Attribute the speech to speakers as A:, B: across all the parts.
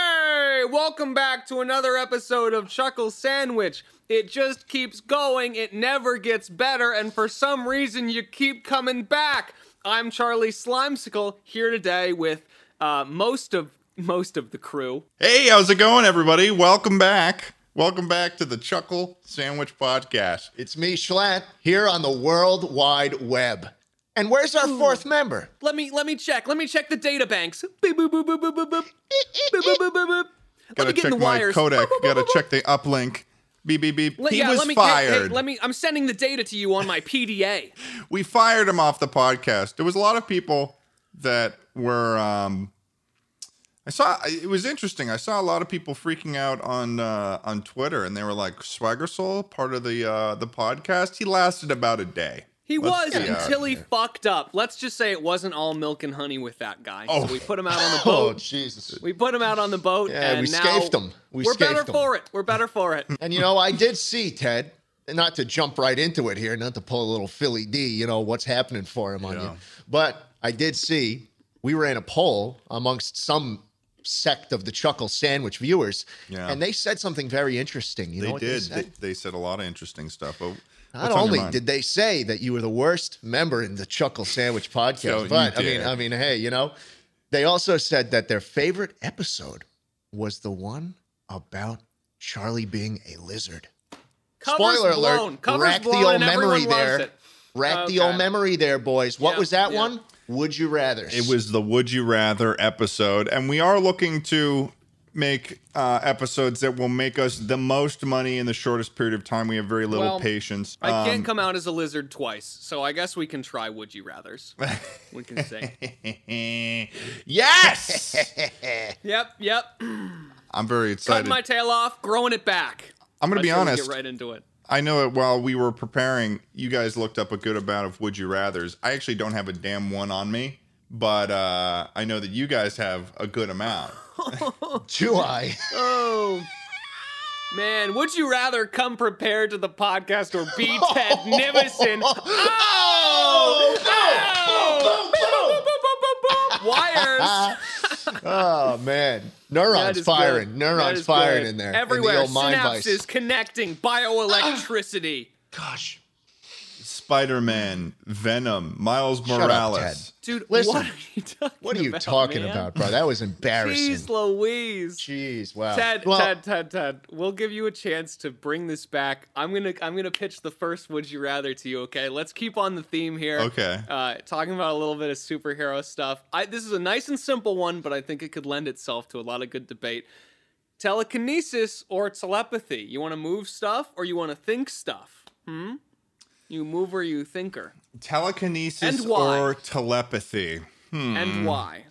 A: right, welcome back to another episode of Chuckle Sandwich. It just keeps going, it never gets better, and for some reason you keep coming back. I'm Charlie Slimesicle here today with uh, most of most of the crew.
B: Hey, how's it going, everybody? Welcome back. Welcome back to the Chuckle Sandwich Podcast.
C: It's me, Schlatt, here on the World Wide Web. And where's our fourth member?
A: Let me let me check. Let me check the data banks. Boop boop boop boop boop boop boop. Boop boop boop boop boop. Let
B: Gotta
A: me get
B: check
A: in the
B: my
A: wires.
B: codec.
A: Boop, boop, boop,
B: Gotta
A: boop,
B: check the uplink. Beep beep beep.
A: Let-
B: he
A: yeah,
B: was
A: let me, hey, hey,
B: fired.
A: let me. I'm sending the data to you on my PDA.
B: we fired him off the podcast. There was a lot of people that were. Um, I saw it was interesting. I saw a lot of people freaking out on uh, on Twitter, and they were like, "Swagger Soul, part of the uh, the podcast." He lasted about a day.
A: He was
B: Let's be honest
A: until he fucked up. Let's just say it wasn't all milk and honey with that guy.
B: Oh.
A: So we put him out on the
C: Oh,
A: boat.
C: Jesus.
A: we put him out on the boat.
C: Yeah,
A: and
C: we
A: now
C: scafed him. We
A: are better
C: scafed him.
A: for it. We're better for it.
C: And you know, I did see Ted, not to jump right into it here, not to pull a little Philly D, you know, what's happening for him on
B: Yeah.
C: you. But I did see we ran a poll amongst some sect of the Chuckle Sandwich viewers,
B: Yeah.
C: and they said something very interesting. You know
B: They
C: what
B: did.
C: They
B: They,
C: said?
B: they said a lot of interesting stuff. But
C: Not
B: what's on your
C: only
B: mind?
C: did they say that you were the worst member in the Chuckle Sandwich podcast,
B: No, you
C: but I mean,
B: dare.
C: I mean, hey, you know, they also said that their favorite episode was the one about Charlie being a lizard.
A: Covers
C: Spoiler alert,
A: blown. Covers
C: rack the
A: blown,
C: old
A: and everyone
C: memory
A: loves
C: there.
A: it.
C: Rack the
A: Okay.
C: old memory there, boys. What
A: Yeah,
C: was that
A: yeah.
C: one? Would you rather?
B: It was the Would You Rather episode, and we are looking to make uh, episodes that will make us the most money in the shortest period of time. We have very little
A: Well,
B: patience.
A: I
B: Um,
A: can't come out as a lizard twice, so I guess we can try would you rather's. we can say.
B: yes,
A: Yep, yep.
B: I'm very
A: Cutting
B: excited.
A: my tail off, growing it back.
B: I'm going to
A: I
B: be
A: say we
B: honest.
A: Get right into it.
B: I know it while we were preparing, you guys looked up a good amount of would you rather's. I actually don't have a damn one on me, but uh, I know that you guys have a good amount.
C: Do I?
A: Oh. Man, would you rather come prepared to the podcast or be Ted Nivison? Oh! Oh! Wires.
C: oh man, neurons
A: That is
C: firing,
A: good. That
C: neurons
A: is
C: firing
A: good.
C: in there. in the
A: Everywhere.
C: old mind
A: Synapses
C: vice.
A: connecting. Bioelectricity.
C: Gosh,
B: Spider Man, Venom, Miles
C: Shut up,
B: Morales.
C: Ted.
A: Dude,
C: Listen,
A: what are you talking
C: what are you
A: about,
C: talking
A: man?
C: about, bro? That was embarrassing.
A: Jeez Louise.
C: Jeez, wow.
A: Ted,
C: Well,
A: Ted, Ted, Ted. We'll give you a chance to bring this back. I'm gonna, I'm gonna pitch the first "Would You Rather" to you. Okay, let's keep on the theme here.
B: Okay.
A: Uh, talking about a little bit of superhero stuff. I, this is a nice and simple one, but I think it could lend itself to a lot of good debate. Telekinesis or telepathy? You want to move stuff or you want to think stuff? Hmm. You mover, you thinker,
B: Telekinesis
A: And why?
B: or telepathy? Hmm.
A: and
B: Mm.
A: why?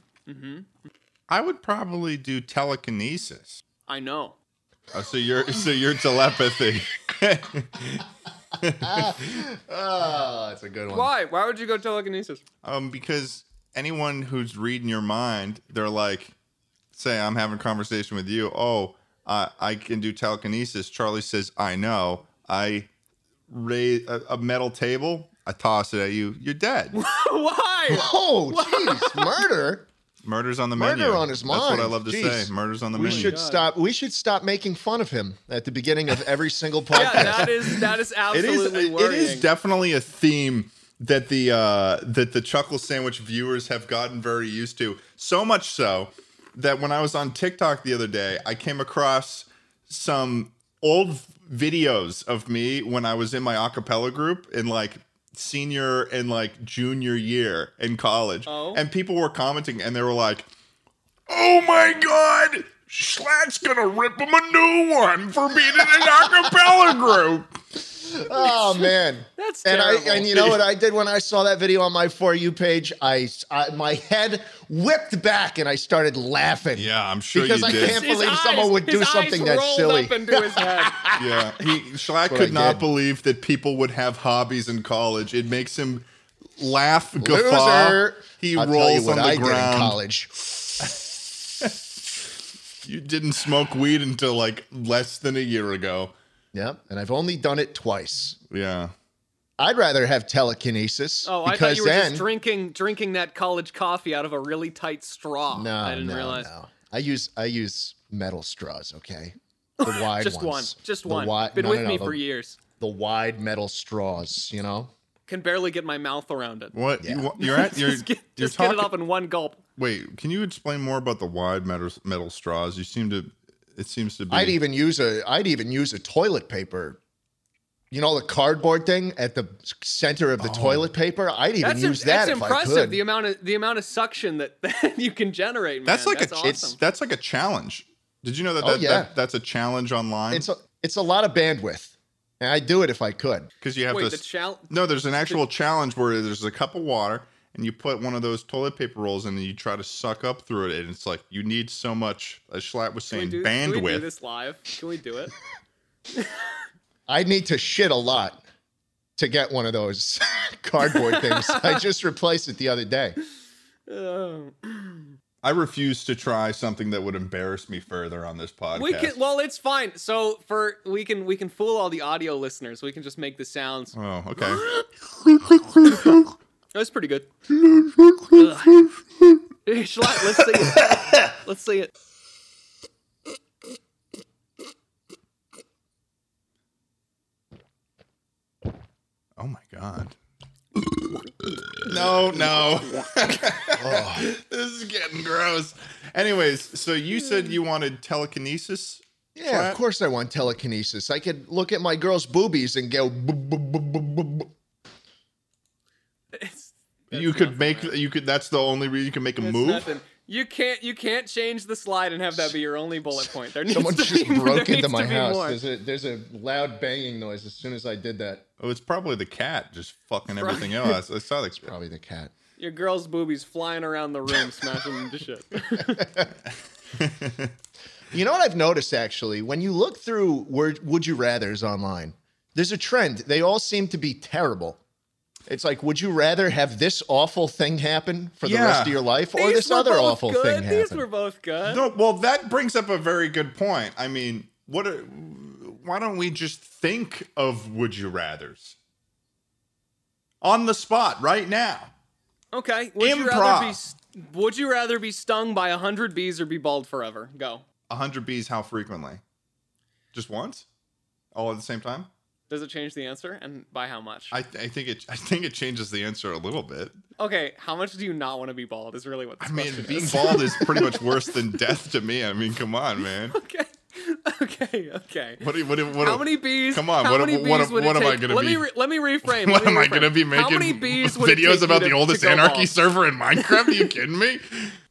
B: I would probably do telekinesis.
A: I know.
B: Oh, so you're so you're telepathy.
C: Oh, Ah, that's a good one.
A: Why? Why would you go telekinesis?
B: Um, because anyone who's reading your mind, they're like, say, I'm having a conversation with you. Oh, uh, I can do telekinesis. Charlie says, I know. I raise a, a metal table. I toss it at you. You're dead.
A: why?
C: Oh, jeez, murder.
B: Murder's on the
C: Murder
B: menu.
C: on his
B: That's what
C: mind.
B: I love to
C: Jeez.
B: say. Murder's on the
C: We
B: menu.
C: should
A: God.
C: stop. We should stop making fun of him at the beginning of every single
A: yeah,
C: podcast.
A: that is that is
B: it is
A: absolutely
B: it
A: worrying.
B: is definitely a theme that the uh, that the chuckle sandwich viewers have gotten very used to so much so that when i was on tiktok the other day i came across some old videos of me when i was in my a cappella group in like senior and like junior year in college
A: Oh.
B: and people were commenting and they were like Oh my god! Schlatt's gonna rip him a new one for being in an acapella group.
C: oh man,
A: That's
C: and I
A: terrible.
C: and you know what I did when I saw that video on my for you page? I, I my head whipped back and I started laughing.
B: Yeah, I'm sure
C: Because
B: you
C: I
B: did.
C: can't-
A: His
C: believe someone would do
A: his
C: something
A: eyes
C: that
A: rolled
C: silly.
A: Up into his head.
B: Yeah, he, Schlatt
C: what I
B: could not
C: did.
B: believe that people would have hobbies in college. It makes him laugh, guffaw.
C: Loser.
B: He
C: I'll tell you
B: rolls
C: what
B: on the
C: I did in
B: ground.
C: college.
B: you didn't smoke weed until like less than a year ago.
C: Yep, and I've only done it twice.
B: Yeah.
C: I'd rather have telekinesis.
A: Oh, I thought
C: because
A: you were
C: then,
A: just drinking drinking that college coffee out of a really tight straw.
C: No,
A: I didn't
C: no,
A: realize.
C: no. I use I use metal straws. Okay, the wide
A: Just one.
C: ones.
A: Just
C: The
A: one.
C: wi-
A: Been
C: no,
A: with
C: no, no,
A: me
C: the-
A: for years.
C: The wide metal straws. You know.
A: Can barely get my mouth around it.
B: What
C: Yeah.
B: you, you're at? You're,
A: just get,
B: you're
A: just get
B: talking.
A: it off in one gulp.
B: Wait, can you explain more about the wide metal, metal straws? You seem to. It seems to be.
C: I'd even use a I'd even use a toilet paper. You know the cardboard thing at the center of the toilet paper. I'd even
A: That's, im-
C: use that
A: that's
C: if
A: impressive.
C: I could.
A: The amount of the amount of suction that, that you can generate. Man.
B: that's like
A: that's
B: a.
A: awesome.
B: It's that's like a challenge. Did you know that?
C: Oh,
B: that,
C: yeah.
B: that that's a challenge online
C: it's a, it's a lot of bandwidth, and I'd do it if I could.
B: because you have
A: Wait,
B: to.
A: the chal-
B: no, there's an actual challenge where there's a cup of water and you put one of those toilet paper rolls in and you try to suck up through it and it's like you need so much. As Schlatt was
A: can we
B: saying,
A: do, Can we do
B: bandwidth.
A: this live? Can we do it?
C: I need to shit a lot to get one of those cardboard things. I just replaced it the other day.
A: Um,
B: I refuse to try something that would embarrass me further on this podcast.
A: we can. Well, it's fine. So for we can we can fool all the audio listeners. We can just make the sounds.
B: oh, okay.
A: That was pretty good. Ugh. Hey, Schlatt, let's see it. Let's see it.
B: Oh my god. no, no. This is getting gross. Anyways, so you said you wanted telekinesis?
C: Yeah,
B: Right.
C: of course I want telekinesis. I could look at my girl's boobies and go. "Boo, boo, boo, boo, boo, boo."
A: It's,
B: you
A: that's
B: could
A: nothing,
B: make
A: man.
B: you could that's the only reason you can make a
A: That's
B: move.
A: nothing. You can't you can't change the slide and have that be your only bullet point. There needs
C: Someone
A: to
C: just
A: be,
C: broke
A: there
C: into
A: needs
C: my
A: to be
C: house.
A: more.
C: There's a there's a loud banging noise as soon as I did that.
B: Oh, it's probably the cat just fucking everything else. I saw the cat.
C: Probably the cat.
A: Your girl's boobies flying around the room, smashing into shit.
C: You know what I've noticed actually? When you look through word, would you rather's online, there's a trend. They all seem to be terrible. It's like, would you rather have this awful thing happen for the
B: Yeah.
C: rest of your life or
A: These
C: this
A: were
C: other
A: both
C: awful
A: good.
C: thing
A: These
C: happen?
A: were both good.
B: No, well that brings up a very good point. I mean, what are, why don't we just think of would you rathers? On the spot right now.
A: Okay. Would you
B: Improv.
A: rather be st- Would you rather be stung by a hundred bees or be bald forever? Go.
B: 100 bees how frequently? Just once? All at the same time?
A: Does it change the answer and by how much?
B: I, I think it I think it changes the answer a little bit.
A: okay. How much do you not want to be bald? Is really what this
B: I mean,
A: question
B: being
A: is.
B: bald is pretty much worse than death to me. I mean, come on, man.
A: okay. Okay. Okay.
B: What do you- what do- what
A: How
B: do-
A: many bees?
B: Come on,
A: how
B: what-
A: many
B: what-
A: bees would it
B: what am I
A: take-
B: gonna
A: let
B: be-
A: Me re- let me reframe.
B: What
A: let
B: am
A: me
B: I going to
A: reframe.
B: be
A: How many
B: making
A: bees would it take
B: videos
A: you
B: about
A: to-
B: the oldest
A: to go
B: anarchy
A: bald?
B: server in Minecraft? Are you kidding me?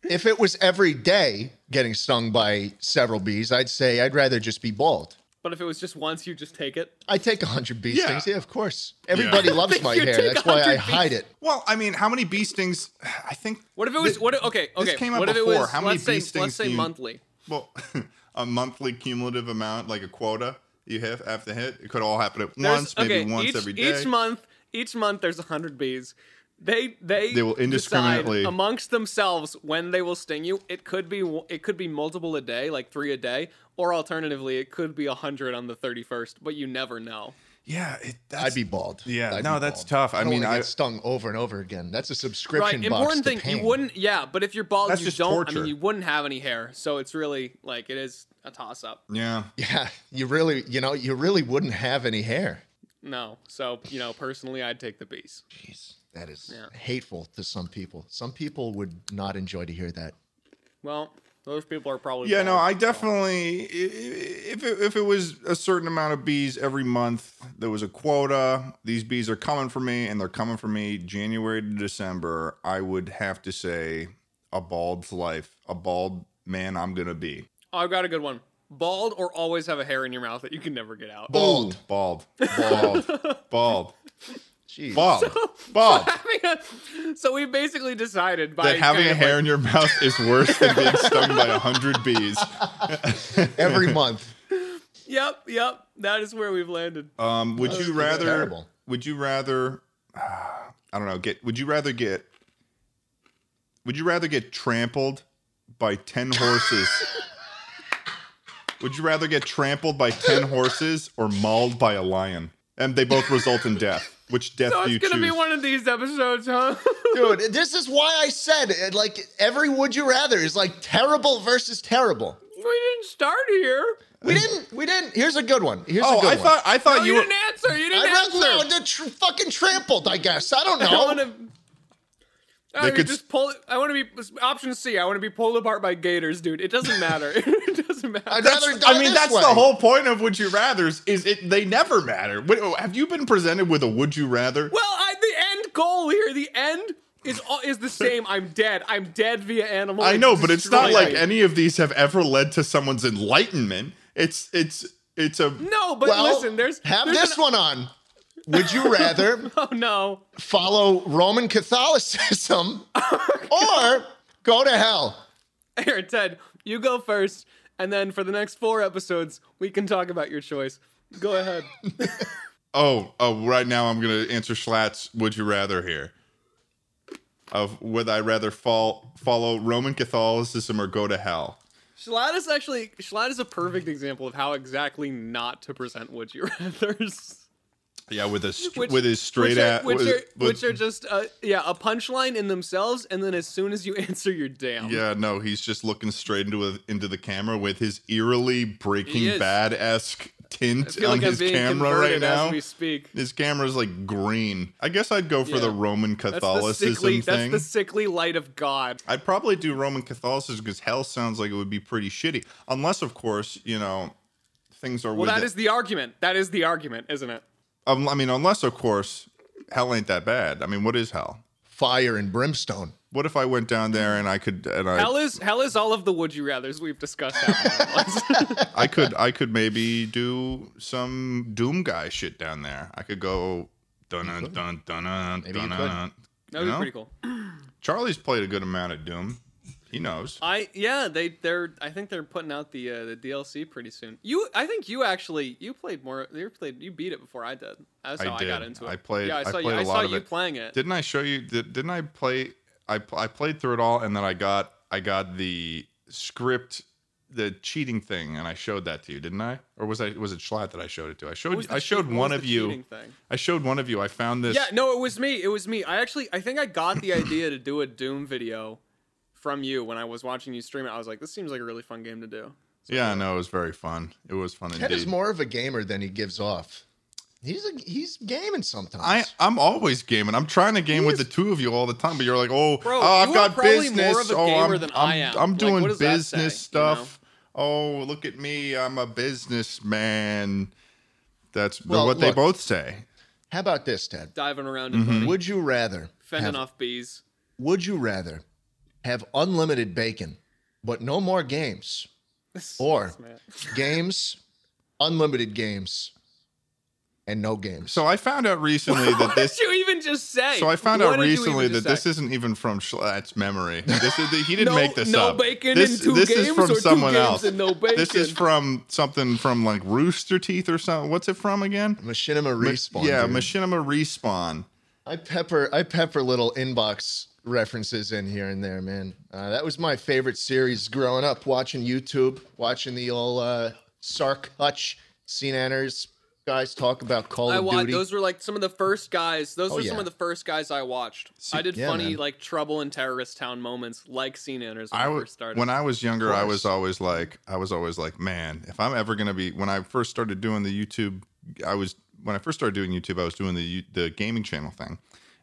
C: If it was every day getting stung by several bees, I'd say I'd rather just be bald.
A: But if it was just once, you just take it.
C: I take 100 bee
B: Yeah.
C: stings. Yeah, of course. Everybody loves my
A: You
C: hair.
A: take
C: That's why
A: 100
C: I hide it.
B: Well, I mean, how many bee stings? I think
A: What if it was?
B: Thi-
A: What? Okay. Okay.
B: this came up
A: what if it
B: before.
A: was?
B: How many
A: let's say,
B: bee stings
A: Let's say
B: do you-
A: monthly.
B: well, a monthly cumulative amount, like a quota you have have to hit. It could all happen at
A: There's-
B: once, maybe
A: okay,
B: once
A: each,
B: every day.
A: Each month, each month there's hundred bees. They they
B: They will
A: decide
B: indiscriminately-
A: amongst themselves when they will sting you. It could be w- it could be multiple a day, like three a day, or alternatively, it could be hundred on the thirty first. But you never know.
B: yeah, it, that's,
C: I'd be bald.
B: Yeah,
C: I'd
B: no,
C: be
B: that's
C: bald.
B: tough. I
C: don't
B: mean,
C: wanna
B: I-
C: get stung over and over again. That's a subscription
A: Right.
C: box.
A: Important
C: to
A: thing. You
C: pain.
A: wouldn't. Yeah. But if you're bald,
B: That's
A: you
B: just
A: don't. I
B: torture.
A: mean, you wouldn't have any hair. So it's really like it is a toss up.
B: yeah.
C: Yeah, you really, you know, you really wouldn't have any hair.
A: No. So you know, personally, I'd take the bees.
C: Jeez, that is
A: Yeah.
C: hateful to some people. Some people would not enjoy to hear that.
A: Well, those people are probably.
B: Yeah, no,
A: bald,
B: I
A: so.
B: definitely i- i- if it, if it was a certain amount of bees every month, there was a quota. These bees are coming for me, and they're coming for me January to December. I would have to say a bald's life, a bald man. I'm gonna be
A: I've got a good one. Bald or always have a hair in your mouth that you can never get out.
C: Bald.
B: Ooh, bald, bald, bald,
C: Jeez.
B: bald, bald.
A: so we basically decided by
B: That having
A: kind
B: a
A: of
B: hair
A: like-
B: in your mouth is worse than being stung by a hundred bees.
C: Every month.
A: yep, yep. That is where we've landed.
B: Um, would you
C: is
B: rather?
C: terrible.
B: Would you rather? I don't know. Get. Would you rather get? Would you rather get trampled by ten horses? would you rather get trampled by ten horses or mauled by a lion? And they both result in death. Which death
A: So
B: do you
A: it's gonna
B: choose?
A: be one of these episodes, huh?
C: Dude, this is why I said it, like every would you rather is like terrible versus terrible.
A: we didn't start here.
C: We didn't. We didn't. Here's a good one. Here's a
B: oh,
C: good
B: I
C: one.
B: thought I thought
A: No, you,
B: you. were,
A: didn't answer. You didn't
C: I read
A: answer.
C: no, the tr- fucking trampled. I guess I don't know.
A: I want to. I
B: They
A: want
B: could-
A: just pull. I want to be option C. I want to be pulled apart by gators, dude. It doesn't matter. it doesn't matter.
C: I'd
B: That's-
C: rather die
B: I mean,
C: this
B: that's
C: way.
B: the whole point of Would You Rather's is it they never matter. Wait, oh, have you been presented with a Would You Rather?
A: well, I, the end goal here, the end is all- is the same. I'm dead. I'm dead via animal.
B: I know, but it's not
A: destroyed.
B: like any of these have ever led to someone's enlightenment. It's it's it's a
A: No, but
C: Well,
A: listen. There's
C: have
A: there's
C: this
A: an-
C: one on. Would you rather
A: Oh no.
C: follow Roman Catholicism
B: Oh
C: or go to hell?
A: Here, Ted, you go first, and then for the next four episodes, we can talk about your choice. Go ahead.
B: oh oh. Right now, I'm gonna answer Schlatt's Would You Rather here. Of would I rather fall follow Roman Catholicism or go to hell?
A: Schlatt is actually Schlatt is a perfect example of how exactly not to present would you rather's.
B: Yeah, with a str-
A: Which-
B: with his straight
A: which are,
B: at
A: which,
B: with-
A: are,
B: with-
A: which are just uh, yeah a punchline in themselves, and then as soon as you answer, you're damn.
B: Yeah, no, he's just looking straight into a, into the camera with his eerily
A: He
B: Breaking
A: is.
B: Bad esque
A: I
B: tint
A: feel
B: on
A: like I'm
B: his
A: being
B: camera
A: converted
B: right now.
A: as we speak.
B: His camera's like green. I guess I'd go for
A: Yeah.
B: the Roman
A: That's the
B: Catholicism
A: sickly.
B: thing.
A: That's the sickly light of God.
B: I'd probably do Roman Catholicism because hell sounds like it would be pretty shitty, unless of course you know things are.
A: Well,
B: with
A: that
B: it.
A: is the argument. That is the argument, isn't it?
B: Um, I mean, unless of course hell ain't that bad. I mean, what is hell?
C: Fire and brimstone.
B: What if I went down there and I could and I
A: Hell is hell is all of the would you rather's we've discussed. That once.
B: I could I could maybe do some Doom guy shit down there. I could go dun dun dun dun
C: you
B: dun dun.
A: that would be pretty cool.
B: Charlie's played a good amount of Doom. He knows.
A: I yeah they they're I think they're putting out the uh, the DLC pretty soon. You I think you actually you played more you played you beat it before I did. That's
B: I
A: how I, got
B: did.
A: into it.
B: I played-
A: Yeah, I
B: I
A: saw you.
B: played a
A: I
B: lot
A: saw
B: of
A: you
B: it.
A: played it.
B: Didn't I show you? Did, didn't I play? I pl- I played through it all, and then I got I got the script, the cheating thing, and I showed that to you, didn't I? Or was I was it Schlatt that I showed it to? I
A: What
B: showed
A: was the
B: I showed
A: cheat- what
B: one
A: was
B: of
A: the cheating
B: you.
A: Thing?
B: I showed one of you. I found this.
A: Yeah, no, it was me. It was me. I actually I think I got the idea to do a Doom video from you when I was watching you stream it. I was like, this seems like a really fun game to do.
B: Yeah, no, it was very fun. It was fun
C: Ted
B: indeed.
C: is more of a gamer than he gives off. He's a, he's gaming sometimes.
B: I, I'm always gaming. I'm trying to game with the two of you all the time, but you're like, oh,
A: Bro,
B: oh, I've
A: you are
B: got
A: probably more
B: business.
A: of a
B: oh,
A: gamer
B: I'm,
A: than
B: I'm,
A: I am.
B: I'm
A: Like,
B: doing
A: what does that
B: business
A: say, you know?
B: stuff. Oh, look at me. I'm a businessman. That's
C: Well,
B: what they
C: look.
B: both say.
C: How about this, Ted?
A: Diving around and
B: Mm-hmm.
A: voting,
C: Would you rather
A: fending
C: have-
A: off bees.
C: Would you rather have unlimited bacon, but no more games, or
A: Man.
C: games, unlimited games, and no games?
B: So I found out recently that
A: What did
B: this.
A: you even just say?
B: So I found
A: What
B: out
A: did you
B: recently
A: even
B: that
A: just
B: this
A: say?
B: isn't even from Schlatt's memory. This is, he didn't
A: no,
B: make this
A: no
B: up.
A: bacon
B: this,
A: in two
B: this
A: games
B: is from
A: or
B: someone
A: two games
B: else.
A: and no bacon.
B: This is from something from like Rooster Teeth or something. What's it from again?
C: Machinima
B: Ma-
C: respawn.
B: Yeah,
C: dude.
B: Machinima Respawn.
C: I pepper I pepper little inbox references in here and there, man. Uh, that was my favorite series growing up, watching YouTube, watching the old uh, Sark Hutch, Scene Anners guys talk about Call
A: I
C: of
A: watched.
C: Duty.
A: Those were like some of the first guys. Those were some
C: yeah.
A: of the first guys I watched. I did
C: yeah,
A: funny
C: man.
A: like trouble in terrorist town moments, like scene enters when I,
B: I was
A: first started.
B: when I was younger. I
C: course.
B: was always like, I was always like, man, if I'm ever gonna be. When I first started doing the YouTube, I was when I first started doing YouTube, I was doing the you- the gaming channel thing,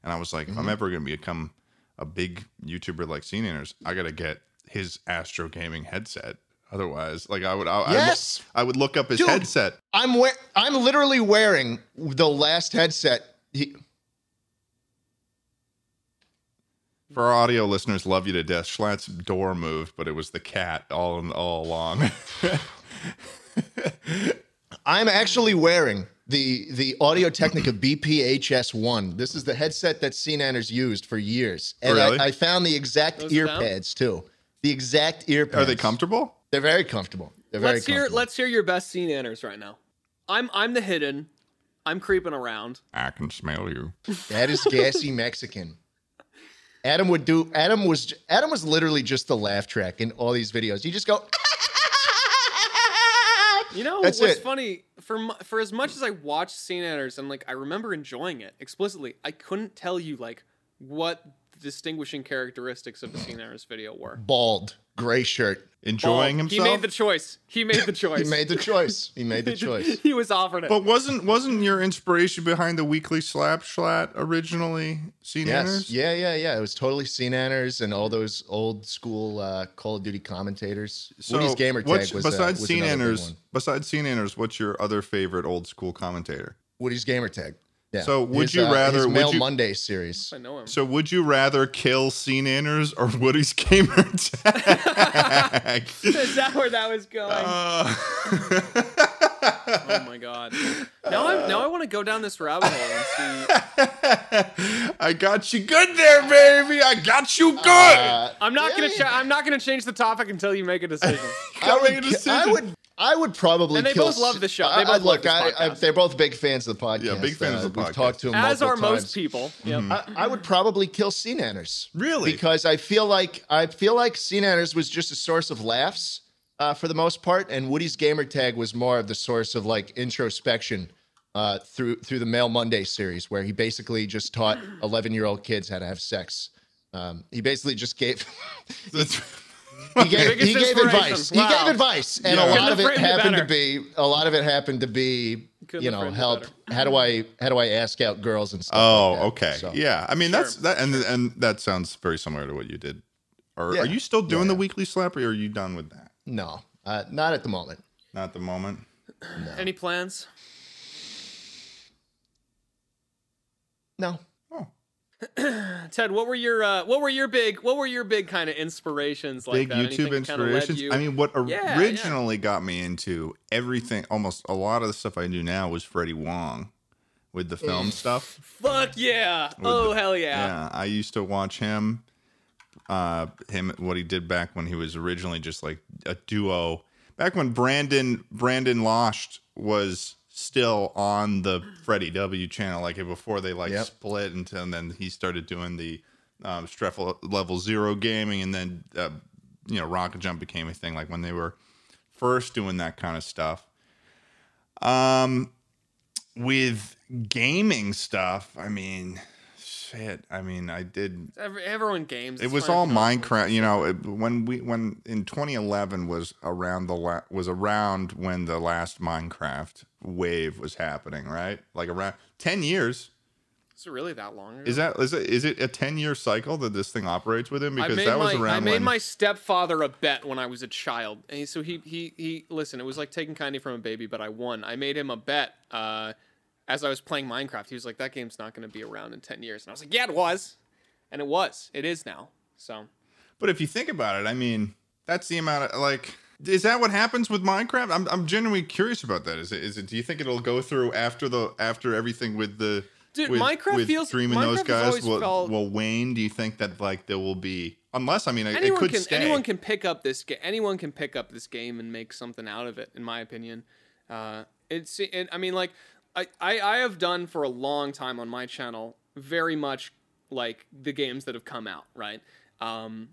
B: and I was like, if
C: Mm-hmm.
B: I'm ever gonna become a big YouTuber like Scene Inners, I gotta get his Astro Gaming headset. Otherwise, like I would, I, I-
C: Yes!
B: I, would look up his
C: Dude.
B: headset.
C: I'm we- I'm literally wearing the last headset. He-
B: For our audio listeners, love you to death. Schlatt's door moved, but it was the cat all all along.
C: I'm actually wearing the the Audio Technica BPHS1. This is the headset that Scene Anners used for years, and
B: Really?
C: I, I found the exact
A: Those
C: ear
A: sound?
C: pads too. The exact ear pads.
B: Are they comfortable?
C: They're very comfortable. They're very
A: let's hear
C: comfortable.
A: let's hear your best scene enters right now. I'm I'm the hidden. I'm creeping around.
B: I can smell you.
C: That is gassy Mexican. Adam would do. Adam was. Adam was literally just the laugh track in all these videos. You just go.
A: You know
C: That's
A: what's
C: it.
A: funny? For mu- for as much as I watched Scene Editors, I'm like I remember enjoying it explicitly. I couldn't tell you like what the distinguishing characteristics of the Scene Editors video were.
C: Bald, gray shirt.
B: enjoying
A: Well,
B: himself.
A: He made the choice. He made the choice.
C: He made the choice. He made the choice.
A: he was offered it.
B: but wasn't wasn't your inspiration behind the weekly slap slat originally seen
C: Yes. Yeah, yeah, yeah. It was totally CNNers and all those old school uh, Call of Duty commentators. Woody's gamer tag
B: what's-
C: was uh,
B: besides
C: was
B: scene
C: another big
B: enters
C: one.
B: besides scene enters what's your other favorite old school commentator
C: Woody's gamer tag. Yeah.
B: So would
C: His,
B: you rather-
C: his
B: would
C: Mail
B: you-
C: Monday series?
A: I know him.
B: so would you rather kill scene enters or woody's gamer tag
A: Is that where that was going?
B: Uh,
A: oh my god. Now I'm now I want to go down this rabbit hole and see.
B: i got you good there baby i got you good
C: Uh,
A: I'm not gonna
C: yeah.
A: cha- I'm not gonna change the topic until you make a decision.
C: I
B: Gotta make
C: would,
B: a
C: ki- I
B: decision.
C: would. I would probably.
A: And they
C: kill
A: both love
C: s-
A: the show.
C: I-
A: They
C: I-
A: both love
C: look,
A: this
C: I, I,
A: podcast.
C: they're both big fans of the podcast.
B: Yeah, big fans of the
C: We've
B: podcast.
C: talked to them
A: As are
C: multiple
A: most
C: times. Mm-hmm.
A: people. Yep.
C: I, I would probably kill CNNers.
B: Really?
C: Because I feel like I feel like CNNers was just a source of laughs uh, for the most part, and Woody's gamer tag was more of the source of like introspection uh, through through the Mail Monday series, where he basically just taught eleven year old kids how to have sex. Um, he basically just gave
B: That's-
C: he gave, he
A: Biggest
C: gave
A: inspiration.
C: advice.
A: Wow.
C: He gave advice, and
B: Yeah.
C: a
B: Couldn't
C: lot
A: have
C: of it
A: framed it
C: happened to
A: better.
C: be a lot of it happened to be
A: Couldn't
C: you
A: have
C: know
A: framed it
C: help. How do I how do I ask out girls and stuff?
B: oh
C: like that.
B: okay
C: So-
B: yeah i mean that's that and and that sounds very similar to what you did or
C: Yeah.
B: are you still doing
C: Yeah,
B: the
C: yeah.
B: weekly slap or are you done with that
C: No, uh, not at the moment.
B: not at the moment
A: Any plans?
C: No.
B: oh
A: Ted, what were your uh, what were your big what were your big kind of inspirations like
B: big
A: that? Anything
B: YouTube
A: that kinda led
B: inspirations.
A: you-
B: I mean, what
A: yeah.
B: originally got me into everything, almost a lot of the stuff I do now was Freddie Wong with the
A: Mm.
B: film stuff.
A: fuck yeah!
B: With
A: Oh
B: the-
A: hell yeah!
B: Yeah, I used to watch him, uh, him what he did back when he was originally just like a duo. Back when Brandon Brandon Losht was still on the Freddie W channel, like before they like
C: Yep.
B: split, and, and then he started doing the um, Streffel Level Zero gaming, and then uh, you know Rocket Jump became a thing. Like when they were first doing that kind of stuff. Um, with gaming stuff, I mean, shit. I mean, I did.
A: Every, everyone games.
B: It
A: it's
B: was
A: fine.
B: all Minecraft. You know, it- when we when in 2011 was around the la- was around when the last Minecraft wave was happening, right? Like around 10 years.
A: really that long? Ago?
B: Is that is it is it a 10 year cycle that this thing operates within?
A: I
B: Because
A: made
B: that was
A: my
B: around
A: I made
B: when
A: my stepfather a bet when I was a child, and he- so he he he. Listen, it was like taking candy from a baby, but I won. I made him a bet. Uh, as I was playing Minecraft, he was like, "That game's not going to be around in ten years," and I was like, "Yeah, it was," and it was. It is now. So
B: But if you think about it, I mean, that's the amount of like. Is that what happens with Minecraft? I'm, I'm genuinely curious about that. Is it? Is it? Do you think it'll go through after the after everything with the
A: Dude,
B: with,
A: Minecraft
B: with
A: feels-
B: Dream and
A: Minecraft
B: those
A: has
B: guys
A: always
B: will,
A: felt-
B: will wane? Do you think that like there will be unless I mean it, it
A: anyone
B: could
A: can
B: stay.
A: anyone can pick up this game. Anyone can pick up this game and make something out of it. In my opinion, uh, it's. It, I mean, like, I, I I have done for a long time on my channel very much like the games that have come out. Right. Um,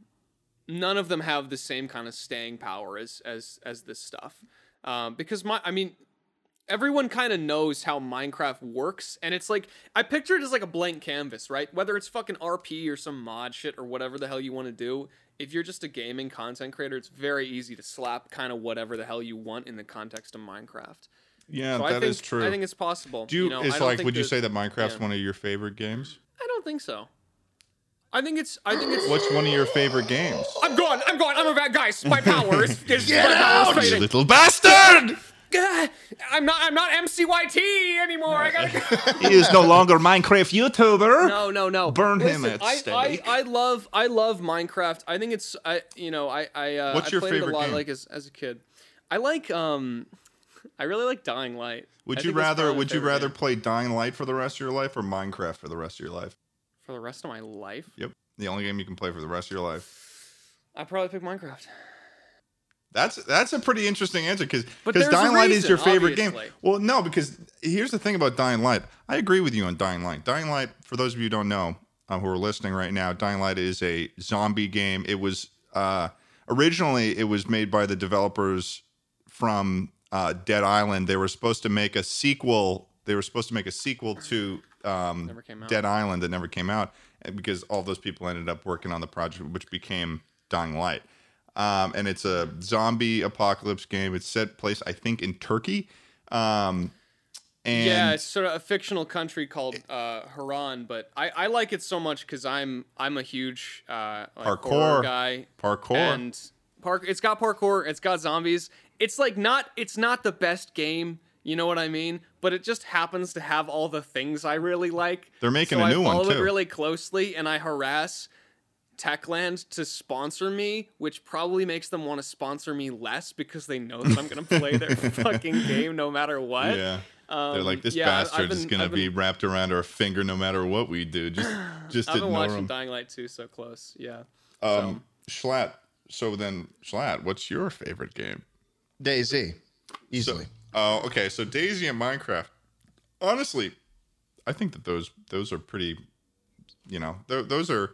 A: none of them have the same kind of staying power as as as this stuff. Um, because my, I mean, everyone kind of knows how Minecraft works, and it's like I picture it as like a blank canvas, right? Whether it's fucking RP or some mod shit or whatever the hell you want to do, if you're just a gaming content creator, it's very easy to slap kind of whatever the hell you want in the context of Minecraft.
B: yeah,
A: So
B: that
A: I
B: is
A: think,
B: true.
A: I think it's possible.
B: do you,
A: know, I
B: it's
A: don't
B: like
A: think
B: would you
A: there's-
B: say that Minecraft's
A: yeah.
B: one of your favorite games?
A: I don't think so. I think it's. I think it's.
B: What's one of your favorite games?
A: I'm gone. I'm gone. I'm a bad guy. My power is. is my
B: Out,
A: power is
B: you
A: fading.
B: little bastard!
A: Ah, I'm not. I'm not MCYT anymore. I gotta.
B: he is no longer Minecraft YouTuber.
A: No, no, no.
B: Burn him
A: Listen,
B: at
A: I, I,
B: stake.
A: I love I love Minecraft. I think it's I you know I I uh,
B: What's
A: I
B: your
A: played it
B: favorite
A: a lot
B: game?
A: like as, as a kid. I like um I really like Dying Light. I
B: Would you
A: think that's
B: rather
A: probably my
B: would you
A: favorite
B: rather
A: game
B: play Dying Light for the rest of your life or Minecraft for the rest of your life?
A: for the rest of my life?
B: Yep. The only game you can play for the rest of your life.
A: I probably pick Minecraft.
B: That's that's a pretty interesting answer because
A: But
B: because
A: there's a
B: Dying Light is your
A: reason,
B: favorite game.
A: obviously.
B: Well, no, because here's the thing about Dying Light. I agree with you on Dying Light. Dying Light, for those of you who don't know uh, who are listening right now, Dying Light is a zombie game. It was uh, originally it was made by the developers from uh, Dead Island. They were supposed to make a sequel. They were supposed to make a sequel to um,
A: Never came out.
B: Dead Island that never came out and because all those people ended up working on the project, which became Dying Light. Um, and it's a zombie apocalypse game. It's set place, I think, in Turkey. Um, and
A: yeah, it's sort of a fictional country called uh, Haran, but I, I like it so much because I'm I'm a huge uh, like horror
B: Parkour.
A: guy,
B: parkour.
A: and park. It's got parkour. It's got zombies. It's like not it's not the best game. You know what I mean? But it just happens to have all the things I really like.
B: They're making
A: so
B: a new
A: I
B: one,
A: follow it
B: too.
A: really closely, and I harass Techland to sponsor me, which probably makes them want to sponsor me less because they know that I'm going to play their fucking game no matter what.
B: yeah. They're like this
A: um, yeah, I've
B: bastard is
A: been-
B: gonna
A: I've
B: be wrapped around our finger no matter what we do. Just just
A: I've been
B: ignore
A: watching
B: him.
A: Dying Light 2 so close. Yeah.
B: Um, Schlatt. So then, Schlatt, what's your favorite game?
C: Daisy,
B: So,
C: easily.
B: oh, okay. So Daisy and Minecraft. Honestly, I think that those those are pretty. You know, th- those are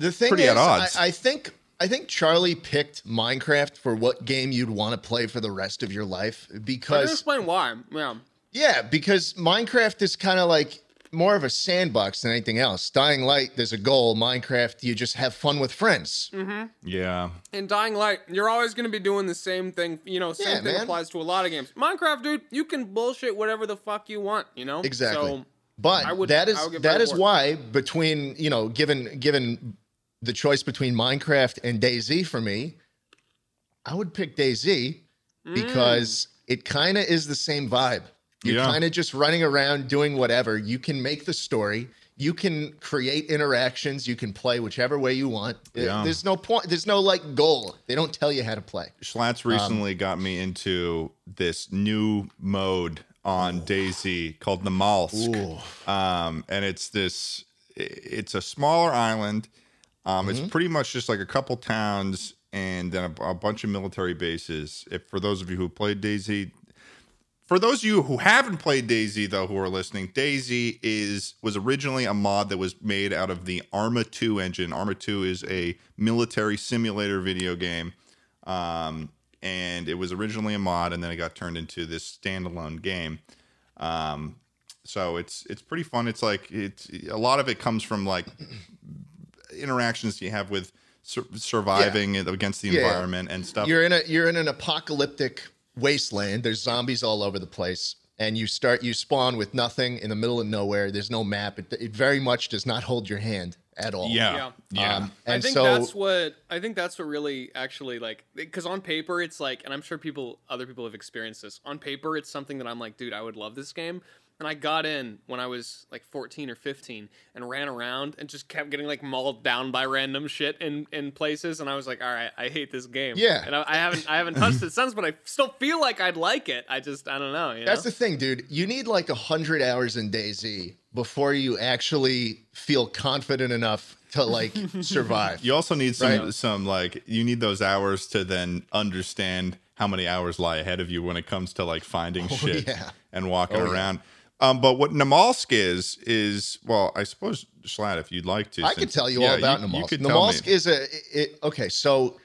C: the thing
B: pretty
C: is,
B: at odds.
C: I, I think I think Charlie picked Minecraft for what game you'd want to play for the rest of your life
A: I can
C: because
A: explain why. Yeah.
C: Yeah, because Minecraft is kind of like more of a sandbox than anything else. Dying Light, there's a goal. Minecraft, you just have fun with friends.
B: yeah.
A: In Dying Light, you're always going to be doing the same thing. You know, same
C: Yeah,
A: thing
C: man.
A: applies to a lot of games. Minecraft, dude, you can bullshit whatever the fuck you want, you know?
C: Exactly.
A: So, I
C: But
A: would-
C: that is
A: I would get
C: that
A: better
C: is
A: for it.
C: why between you know given given the choice between Minecraft and DayZ for me, I would pick DayZ
A: Mm.
C: because it kind of is the same vibe. You're
B: Yeah.
C: kind of just running around doing whatever. You can make the story. You can create interactions. You can play whichever way you want. There-
B: Yeah.
C: There's no point. There's no like goal. They don't tell you how to play.
B: Schlatt's recently got me into this new mode on Daisy called the Malsk. Um, and it's this i- it's a smaller island. Um, it's pretty much just like a couple towns and then a, a bunch of military bases. If for those of you who played Daisy, for those of you who haven't played Daisy though who are listening, Daisy is was originally a mod that was made out of the Arma 2 engine. Arma 2 is a military simulator video game. Um, and it was originally a mod and then it got turned into this standalone game. Um, so it's it's pretty fun. It's like it's a lot of it comes from like interactions you have with sur- surviving against the
C: Yeah.
B: environment and stuff.
C: You're in a you're in an apocalyptic wasteland. There's zombies all over the place, and you start you spawn with nothing in the middle of nowhere. There's no map. It, it very much does not hold your hand at all.
A: Yeah.
B: yeah. Yeah.
C: Um,
A: I
C: and
A: think
C: so
A: that's what I think that's what really actually like because on paper it's like and I'm sure people other people have experienced this on paper it's something that I'm like dude I would love this game and I got in when I was like 14 or 15 and ran around and just kept getting like mauled down by random shit in in places and I was like all right I hate this game
C: Yeah.
A: and I, I haven't I haven't touched it since but I still feel like I'd like it I just I don't know you
C: that's
A: know?
C: the thing, dude. You need like a hundred hours in DayZ before you actually feel confident enough to like survive.
B: You also need some
C: Right.
B: some like you need those hours to then understand how many hours lie ahead of you when it comes to like finding shit
C: Oh, yeah.
B: and walking
C: Oh, yeah.
B: around. Um, but what Namalsk is is well, I suppose Schlatt, if you'd like to,
C: I could
B: since-
C: tell you
B: yeah,
C: all about
B: You
C: Namalsk.
B: could tell me.
C: Namalsk is a it, it- okay. So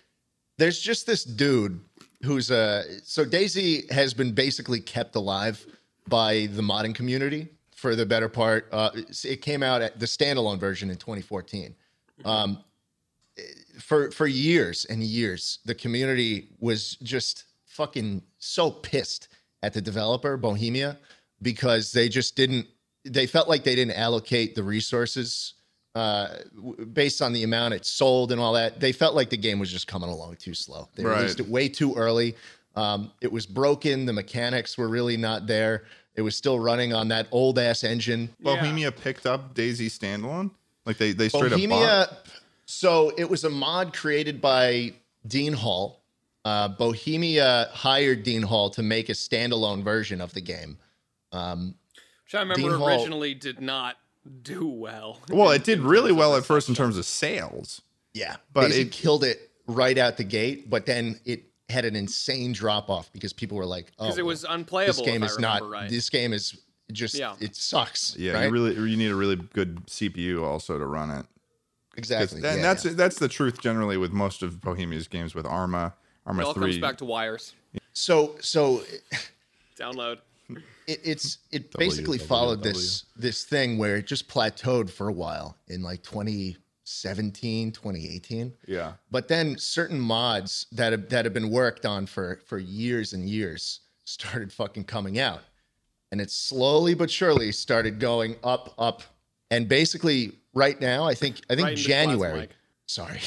C: there's just this dude who's a so Daisy has been basically kept alive by the modding community for the better part. Uh, it's- it came out at the standalone version in 2014. Um, for for years and years, the community was just fucking so pissed at the developer Bohemia because they just didn't. They felt like they didn't allocate the resources uh, w- based on the amount it sold and all that. They felt like the game was just coming along too slow. They
B: Right.
C: released it way too early. Um, it was broken. The mechanics were really not there. It was still running on that old ass engine.
B: Bohemia picked up Daisy standalone. Like they they straight up bought.
C: Bohemia. So it was a mod created by Dean Hall. Uh, Bohemia hired Dean Hall to make a standalone version of the game. Um,
A: which I remember
C: Dean Hall-
A: originally did not do well
B: Well, it did really well at first in terms of sales.
C: yeah,
B: But
C: but it
B: it-
C: killed it right out the gate. But then it had an insane drop off because people were like, "Oh,
A: because it was unplayable
C: this
A: if
C: game
A: I
C: is
A: remember
C: not.
A: right.
C: This game is just
A: Yeah.
C: it sucks."
B: Yeah,
C: right?
B: you really you need a really good CPU also to run it.
C: exactly.
B: And
C: yeah,
B: that's
C: yeah.
B: that's the truth generally with most of Bohemia's games with Arma, Arma
A: it all
B: three.
A: comes back to wires
C: So so
A: Download.
C: it, it's it basically followed this this thing where it just plateaued for a while in like 2017 2018
B: Yeah.
C: but then certain mods that have that have been worked on for for years and years started fucking coming out and it slowly but surely started going up up and basically right now i think i think
A: Right into the plasma
C: january
A: mic.
C: sorry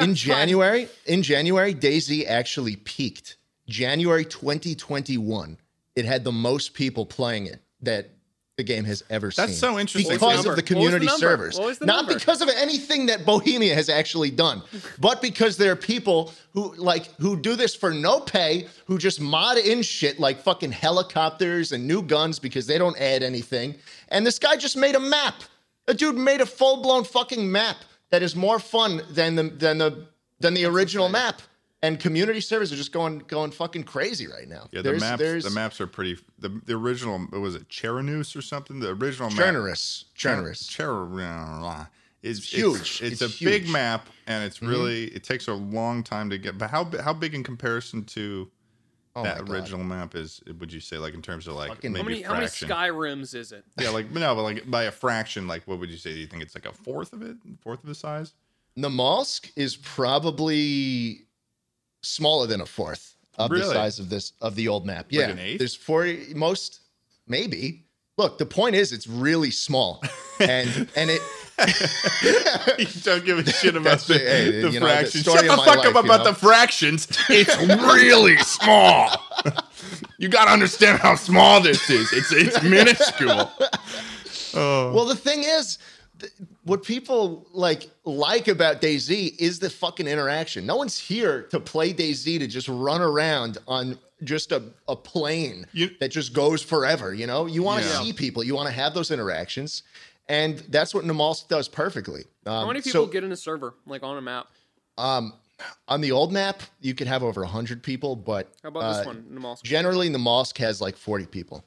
C: in january in january daisy actually peaked january 2021 it had the most people playing it that the game has ever
B: That's
C: seen
B: so interesting. What
C: because
B: was the
C: of the
A: number? What was the
C: community
A: number?
C: servers
A: What was the
C: not
A: number?
C: because of anything that bohemia has actually done but because there are people who like who do this for no pay who just mod in shit like fucking helicopters and new guns because they don't add anything and this guy just made a map a dude made a full-blown fucking map that is more fun than the than the than the original map and community servers are just going going fucking crazy right now
B: Yeah, the maps the maps are pretty the, the original what was it Cherenus or something? The original map
C: generous generous
B: Cherenus is it's
C: huge.
B: It's,
C: It's
B: a
C: huge. Mm-hmm.
B: big map and it's really it takes a long time to get but how bi- how big in comparison to
C: Oh my
B: that
C: God.
B: original map is would you say like in terms of like
C: Fucking-
B: maybe
A: How many, how many
B: fraction?
A: Skyrims is it?
B: yeah, like no, but like by a fraction, like what would you say? Do you think it's like a fourth of it? Fourth of the size?
C: Namalsk is probably smaller than a fourth of the
B: Really?
C: size of this of the old map. Yeah,
B: an eighth?
C: there's forty most maybe. Look, the point is it's really small, and and it
B: you don't give a shit about
C: That's
B: the,
C: the- hey,
B: the
C: you know, the
B: fractions.
C: story
B: Shut the
C: of my
B: fuck
C: life,
B: up
C: you
B: about
C: know?
B: the fractions. It's really small. you gotta understand how small this is. It's it's minuscule.
C: well the thing is. th- What people like like about DayZ is the fucking interaction. No one's here to play DayZ to just run around on just a, a plane
B: You-
C: that just goes forever. You know, you want to
B: Yeah.
C: see people, you want to have those interactions, and that's what Namalsk does perfectly. Um,
A: How many
C: so,
A: people get in a server, like on a map?
C: on the old map? You could have over hundred people, but
A: How about
C: uh,
A: this one? Namalsk?
C: Generally, the mosque has like 40 people.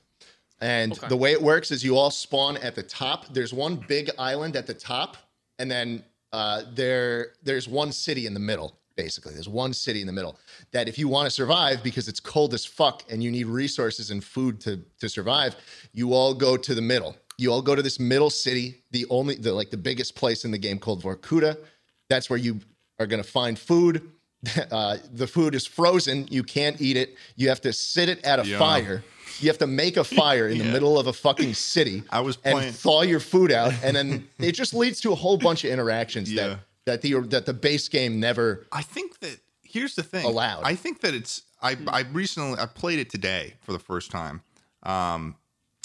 C: And
A: Okay.
C: the way it works is you all spawn at the top. There's one big island at the top, and then uh, there there's one city in the middle. Basically, there's one city in the middle that if you want to survive because it's cold as fuck and you need resources and food to to survive, you all go to the middle. You all go to this middle city, the only the like the biggest place in the game called Vorkuta. That's where you are going to find food. Uh, the food is frozen. You can't eat it. You have to sit it at a
B: Yeah.
C: fire. You have to make a fire in the middle of a fucking city.
B: I was playing-
C: and thaw your food out, and then it just leads to a whole bunch of interactions
B: Yeah.
C: that that the that the base game never.
B: I think that here's the thing.
C: Allowed.
B: I think that it's I I recently I played it today for the first time. Um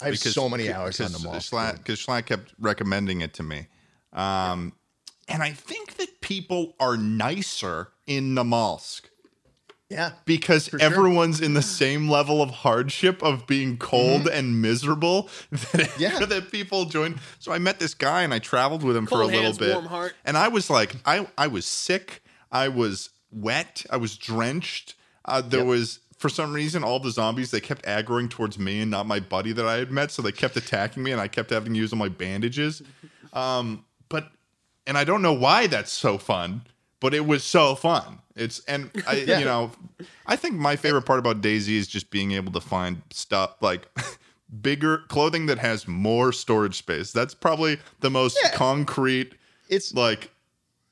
C: I have so many hours on
B: because
C: the mall.
B: Schlatt, because Schlatt kept recommending it to me. Um, and I think that people are nicer in Namalsk
C: Yeah,
B: because everyone's in the same level of hardship of being cold and miserable that,
C: Yeah.
B: that people join. So I met this guy and I traveled with him for a
A: Cold
B: little
A: hands,
B: bit.
A: warm heart.
B: And I was like, I, I was sick. I was wet. I was drenched. Uh, there was, for some reason, all the zombies, they kept aggroing towards me and not my buddy that I had met. So they kept attacking me and I kept having to use all my bandages. Um, but, and I don't know why that's so fun, but it was so fun. It's, and I, you know, I think my favorite part about Daisy is just being able to find stuff like bigger clothing that has more storage space. That's probably the most concrete,
C: it's
B: like,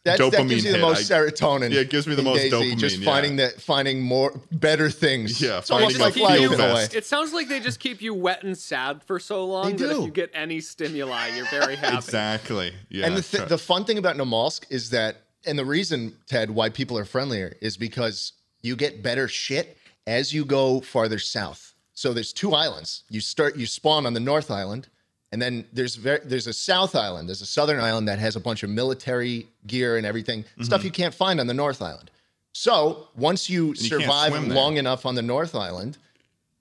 C: that's, that
B: dopamine
C: gives you the
B: hit.
C: most
B: I-
C: serotonin.
B: Yeah, it gives me the
C: in
B: most
C: DayZ, Just
B: dopamine, yeah.
C: finding that finding more better things.
B: Yeah,
C: it's almost
B: finding
C: like
A: a
C: life
A: feel
C: in a way.
B: vest.
A: It sounds like they just keep you wet and sad for so long
C: They
A: that if
C: do.
A: you get any stimuli, you're very happy.
B: exactly. Yeah.
C: and the,
B: try-
C: th- the fun thing about Namalsk is that, and the reason, Ted, why people are friendlier is because you get better shit as you go farther south. So there's two islands. You start, you spawn on the North Island, and then there's ver- there's a South Island. There's a Southern Island that has a bunch of military gear and everything
B: Mm-hmm.
C: stuff you can't find on the North Island. So once you,
B: can't
C: survive
B: swim there.
C: long enough on the North Island,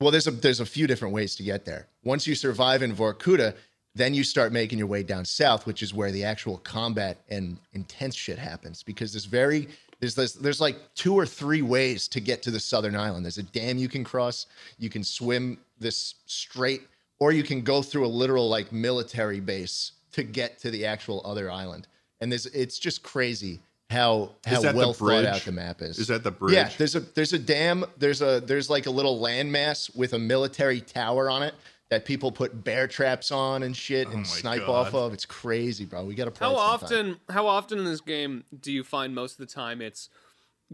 C: well, there's a there's a few different ways to get there. Once you survive in Vorkuta, then you start making your way down south, which is where the actual combat and intense shit happens. Because there's very there's this, there's like two or three ways to get to the southern island. There's a dam you can cross. You can swim this straight, or you can go through a literal like military base to get to the actual other island. And there's it's just crazy how how
B: that the
C: well thought out
B: bridge?
C: the map is.
B: Is that the bridge?
C: Yeah, there's a there's a dam. There's a there's like a little landmass with a military tower on it that people put bear traps on and shit and
B: Oh my
C: snipe
B: God.
C: off of. It's crazy, bro. We got to play.
A: How
C: it sometime.
A: often? How often in this game do you find most of the time it's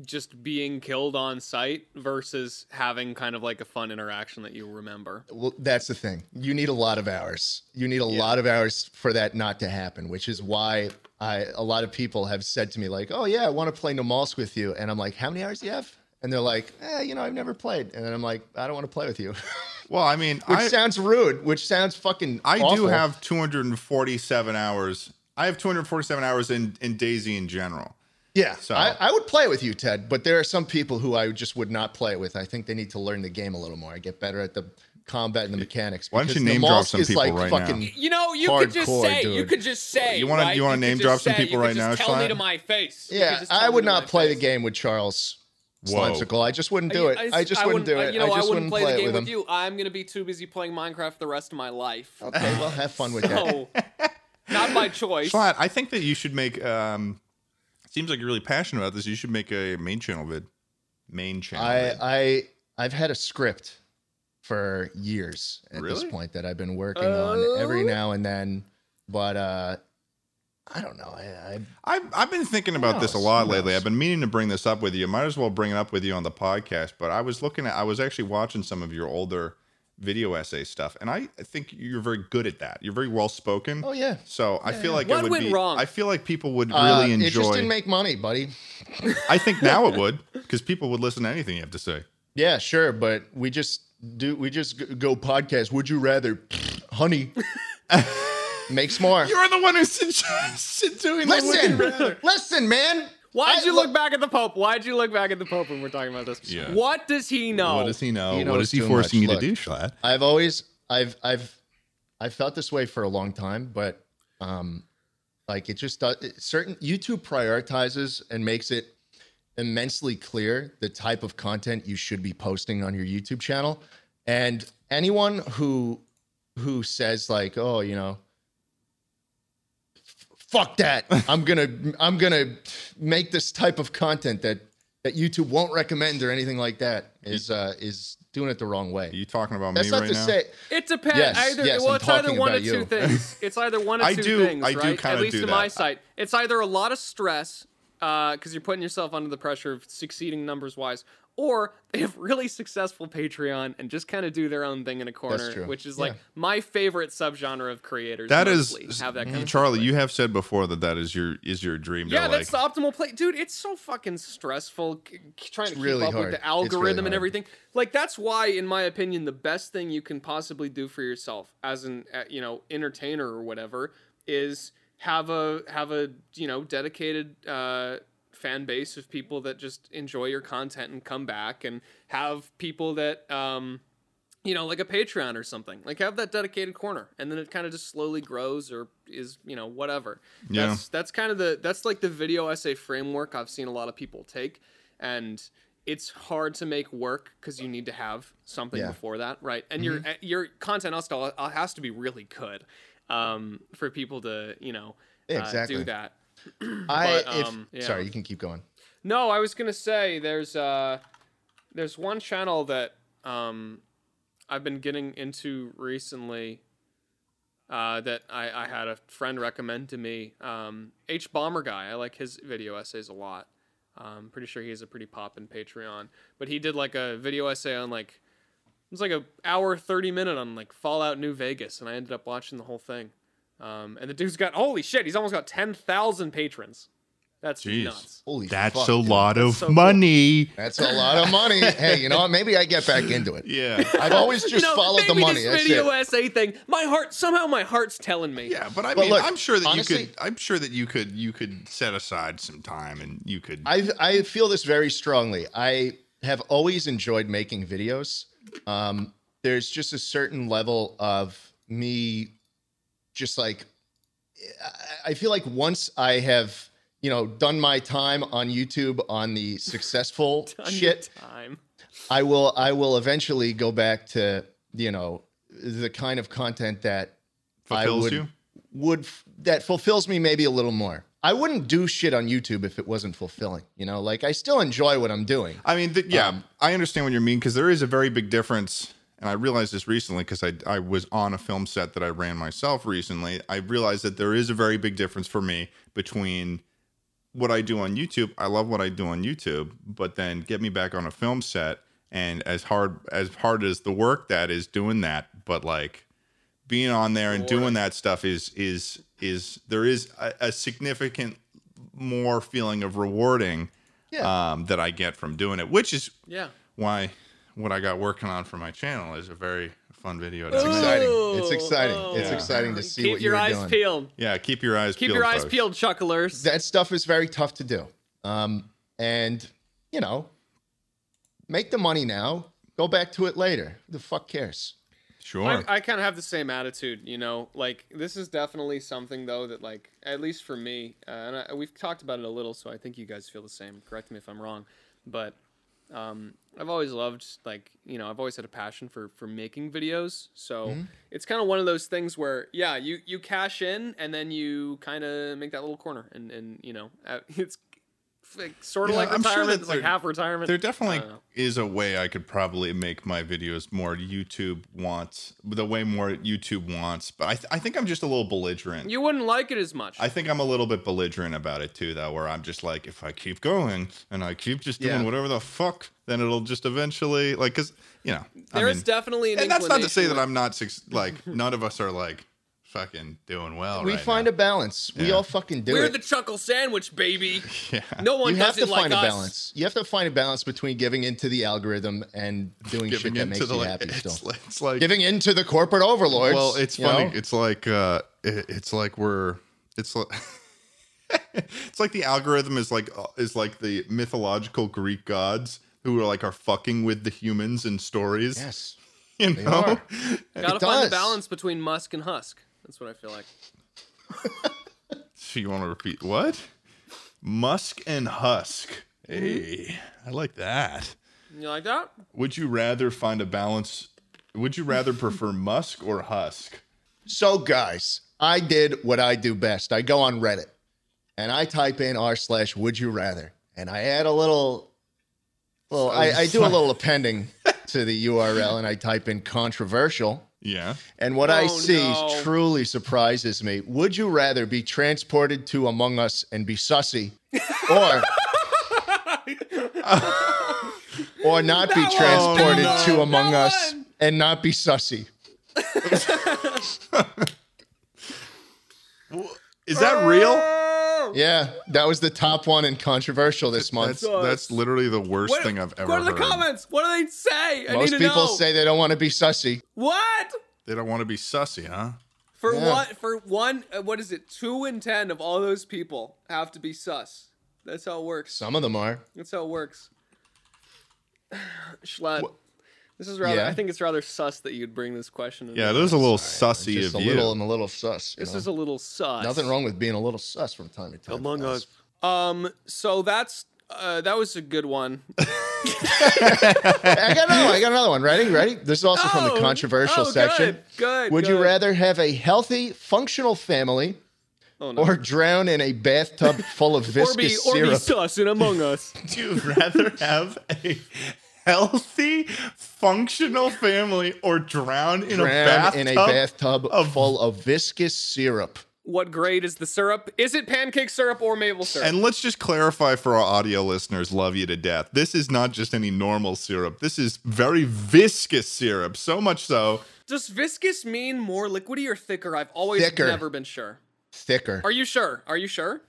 A: just being killed on site versus having kind of like a fun interaction that you remember?
C: Well, that's the thing. You need a lot of hours. You need a lot of hours for that not to happen, which is why I a lot of people have said to me like, "Oh yeah, I want to play Nomalsk with you," and I'm like, "How many hours do you have?" And they're like, eh, "You know, I've never played," and then I'm like, "I don't want to play with you,"
B: Well, I mean,
C: which
B: I,
C: sounds rude. Which sounds fucking.
B: I do
C: awful.
B: have 247 hours. I have 247 hours in, in Daisy in general.
C: Yeah,
B: So-
C: I, I would play with you, Ted, but there are some people who I just would not play with. I think they need to learn the game a little more. I get better at the combat and the mechanics.
B: Why don't you
C: because
B: name drop
C: Nomalsk
B: some
C: is
B: people
C: like
B: right now?
C: fucking,
A: You know, you could just
C: Hardcore,
A: say, you
C: dude.
A: could just say.
B: You wanna-
A: right?
B: you wanna
A: could
B: name
A: just
B: drop some
A: say-
B: people
A: you could
B: right
A: just
B: now,
A: Tell me
B: Sean?
A: to my face. You could
C: Yeah,
A: just tell
C: I
A: me
C: would
A: to my
C: not play the
A: face.
C: game with Charles
B: Whoa.
C: Slimesicle. I just wouldn't do it. I, just wouldn't, do it.
A: You know,
C: I just
A: wouldn't play, the game
C: it with him.
A: you. I'm gonna be too busy playing Minecraft the rest of my life.
C: Okay, well, have fun with that.
A: So, not by choice.
B: Schlatt, I think that you should make. Um, seems like you're really passionate about this. You should make a main channel vid. Main channel.
C: I,
B: vid.
C: I, I've had a script for years at
B: Really?
C: this point that I've been working on every now and then, but uh, I don't know. I, I
B: I've, I've been thinking about this a
C: knows?
B: lot
C: Who
B: lately.
C: knows?
B: I've been meaning to bring this up with you. Might as well bring it up with you on the podcast. But I was looking at, I was actually watching some of your older video essay stuff, and I think you're very good at that. You're very well spoken.
C: oh yeah.
B: So I feel like
A: What
B: it would
A: went
B: be.
A: wrong?
B: I feel like people would really
C: Uh, It
B: enjoy.
C: just didn't make money, buddy.
B: I think now it would because people would listen to anything you have to say.
C: Yeah, sure, but we just do. We just g- go podcast. Would you rather, honey? makes more.
B: You're the one who suggested doing the would you rather.
C: Listen, listen, man.
A: Why'd
C: I-
A: you look back at the Pope? Why'd you look back at the Pope when we're talking about this?
B: Yeah.
A: What does he know?
B: What does he know?
C: He
B: what
C: knows
B: is he
C: too
B: forcing
C: much.
B: you to do,
C: Look.
B: Schlatt?
C: I've always, I've, I've, I've felt this way for a long time, but, um, like it just does. It, certain YouTube prioritizes and makes it immensely clear the type of content you should be posting on your YouTube channel. And anyone who, who says like, oh, you know, fuck that, I'm gonna, I'm gonna make this type of content that. That YouTube won't recommend or anything like that is uh, is doing it the wrong way.
B: Are you talking about
C: That's
B: me
C: not
B: right
C: to
B: now?
C: say.
A: It depends.
C: Yes,
A: either
C: yes,
A: well,
C: I'm
A: it's either
C: talking
A: one of
C: about
A: two
C: you.
A: things. It's either one of
B: I
A: two
B: do-
A: things,
B: I do
A: right?
B: kinda
A: At least
B: do
A: in my
B: that.
A: sight, it's either a lot of stress because you're putting yourself under the pressure of succeeding numbers wise, or they have really successful Patreon and just kind of do their own thing in a corner,
C: true.
A: which is
C: Yeah.
A: like my favorite subgenre of creators.
B: That is Mm, Mm-hmm.
A: mostly, have that kind of
B: Charlie. You have said before that that is your is your dream. to
A: Yeah,
B: like,
A: that's the optimal play, dude. It's so fucking stressful c- c- trying to
C: really
A: keep up
C: hard.
A: with the
C: It's
A: algorithm
C: really
A: and
C: hard.
A: everything. Like that's why, in my opinion, the best thing you can possibly do for yourself as an uh, you know entertainer or whatever is have a have a you know dedicated uh, fan base of people that just enjoy your content and come back, and have people that. Um, you know, like a Patreon or something. Like have that dedicated corner, and then it kind of just slowly grows or is you know whatever.
B: Yeah.
A: That's that's kind of the that's like the video essay framework I've seen a lot of people take, and it's hard to make work because you need to have something
C: Yeah. Mm-hmm.
A: before that, right? And your your content also uh, has to be really good um, for people to you know uh, do
C: Exactly.
A: that.
C: I
A: But,
C: if,
A: um, yeah.
C: sorry, you can keep going.
A: No, I was gonna say there's uh there's one channel that um I've been getting into recently uh that I, I had a friend recommend to me. Um H Bomber Guy. I like his video essays a lot. Um pretty sure he's a pretty pop in Patreon. But he did like a video essay on like it was like a hour thirty minute on like Fallout New Vegas and I ended up watching the whole thing. Um, and the dude's got holy shit, he's almost got ten thousand patrons. That's
B: Jeez.
A: nuts.
C: Holy,
B: That's
C: fuck,
B: a
C: dude.
B: lot of
A: so cool.
B: money.
C: That's a lot of money. hey, you know what? Maybe I get back into it.
B: Yeah.
C: I've always just
A: No,
C: followed the
A: maybe
C: money.
A: This
C: That's
A: video
C: it.
A: essay thing. My heart somehow my heart's telling me.
B: Yeah, but I
C: But
B: mean,
C: look,
B: I'm sure that you
C: honestly-
B: could. I'm sure that you could. You could set aside some time, and you could.
C: I I feel this very strongly. I have always enjoyed making videos. Um, there's just a certain level of me, just like I- I feel like once I have you know done my time on YouTube on the successful
A: On your
C: shit.
A: Time.
C: I will I will eventually go back to you know the kind of content that I
B: fulfills
C: would
B: you.
C: would f- that fulfills me maybe a little more. I wouldn't do shit on YouTube if it wasn't fulfilling. You know, like I still enjoy what I'm doing.
B: I mean, th- yeah, I understand what you mean because there is a very big difference. And I realized this recently because I, I was on a film set that I ran myself recently. I realized that there is a very big difference for me between what I do on YouTube. I love what I do on YouTube, but then get me back on a film set. And as hard as hard as the work that is doing that, but like being on there and doing that stuff is is is there is a, a significant more feeling of rewarding
C: Yeah.
B: um, that I get from doing it, which is
A: Yeah.
B: why what I got working on for my channel is a very fun video.
A: Ooh.
B: It's exciting.
C: It's exciting. It's
B: Yeah.
C: exciting to see
A: Oh. Keep
C: what
A: your
C: you were
A: eyes
C: doing.
A: peeled.
B: Yeah, keep your eyes
A: Keep
B: peeled.
A: your eyes
B: folks.
A: peeled, chucklers.
C: That stuff is very tough to do. Um, and you know, make the money now. Go back to it later. Who the fuck cares?
B: Sure.
A: I, I kind of have the same attitude, you know. Like this is definitely something though that, like, at least for me, uh, and I, we've talked about it a little, so I think you guys feel the same. Correct me if I'm wrong, but um, I've always loved, like, you know, I've always had a passion for for making videos. So
B: Mm-hmm.
A: it's kind of one of those things where, yeah, you you cash in and then you kind of make that little corner, and and you know, uh, it's like, sort of
B: Yeah,
A: like
B: I'm sure
A: retirement,
B: that
A: it's like
B: there-
A: half retirement. Uh,
B: there definitely
A: I don't know.
B: is a way I could probably make my videos more YouTube wants, the way more YouTube wants. But I, th- I think I'm just a little belligerent.
A: you wouldn't like it as much.
B: I think I'm a little bit belligerent about it too, though, where I'm just like, if I keep going and I keep just doing
C: Yeah.
B: whatever the fuck, then it'll just eventually, like, because, you know, I
A: There is
B: mean-
A: definitely an
B: and that's not to say
A: inclination
B: that I'm not suc- like none of us are like fucking doing well.
C: We
B: right
C: find
B: now.
C: a balance. We
B: Yeah.
C: all fucking do
A: We're
C: it.
A: the chuckle sandwich, baby.
B: yeah.
A: No one
C: you have
A: does
C: to
A: it like
C: find
A: us.
C: a balance. You have to find a balance between giving into the algorithm and doing shit that makes you
B: like,
C: happy
B: it's,
C: still.
B: like- it's like
C: giving into the corporate overlords.
B: well, it's
C: you
B: funny.
C: know?
B: It's like uh, it, it's like we're it's like. It's like the algorithm is like uh, is like the mythological Greek gods who are like are fucking with the humans in stories.
C: Yes.
B: you know,
C: are.
A: Gotta
C: It
A: find
C: does.
A: the balance between Musk and Husk. That's what I feel like.
B: so you want to repeat what? Musk and Husk.
C: Mm-hmm.
B: Hey, I like that.
A: You like that?
B: Would you rather find a balance? Would you rather prefer Musk or Husk?
C: So, guys, I did what I do best. I go on Reddit and I type in r slash would you rather, and I add a little. Well, I, I do a little appending to the URL, and I type in controversial.
B: Yeah.
C: And what I
A: Oh,
C: see
A: no.
C: truly surprises me. Would you rather be transported to Among Us and be sussy, or or not be
A: That one,
C: transported
B: that
C: to
A: one,
C: Among
A: that
C: Us
A: one.
C: and not be sussy?
B: Is that real?
A: Oh,
C: Yeah, that was the top one and controversial this month.
B: That's that's literally the worst
A: what-
B: thing I've ever
A: Go to the
B: heard.
A: comments. What do they say? I
C: Most
A: need to
C: people
A: know.
C: say they don't want to be sussy.
A: what
B: They don't want to be sussy, huh?
A: for
C: Yeah.
A: what for one? Uh, what is it? Two in ten of all those people have to be sus. That's how it works.
C: Some of them are.
A: That's how it works. Schlatt. This is rather.
C: Yeah.
A: I think it's rather sus that you'd bring this question. in.
B: Yeah, there's a little
C: It's
B: sussy
C: just
B: of
C: a
B: you.
C: little and a little sus. you
A: This
C: know?
A: is a little sus.
C: nothing wrong with being a little sus from time to time. guys.
A: Um. So that's uh. That was a good one.
C: I got another one. I got another one. Ready? Ready? This is also from the
A: Oh,
C: controversial
A: oh,
C: section.
A: good, good,
C: Would you
A: good.
C: rather have a healthy, functional family,
A: Oh no.
C: or drown in a bathtub full of
A: or be
C: viscous
A: or be
C: syrup?
A: sus in Among Us.
B: Would you rather have a healthy, functional family or drown in a
C: drown
B: bathtub?
C: in a bathtub
B: of-
C: full of viscous syrup.
A: what grade is the syrup? Is it pancake syrup or maple syrup?
B: And let's just clarify for our audio listeners, love you to death. This is not just any normal syrup. This is very viscous syrup, so much so.
A: Does viscous mean more liquidy or thicker? I've always
C: Thicker. Mm.
A: never been sure.
C: Thicker.
A: Are you sure? Are you sure?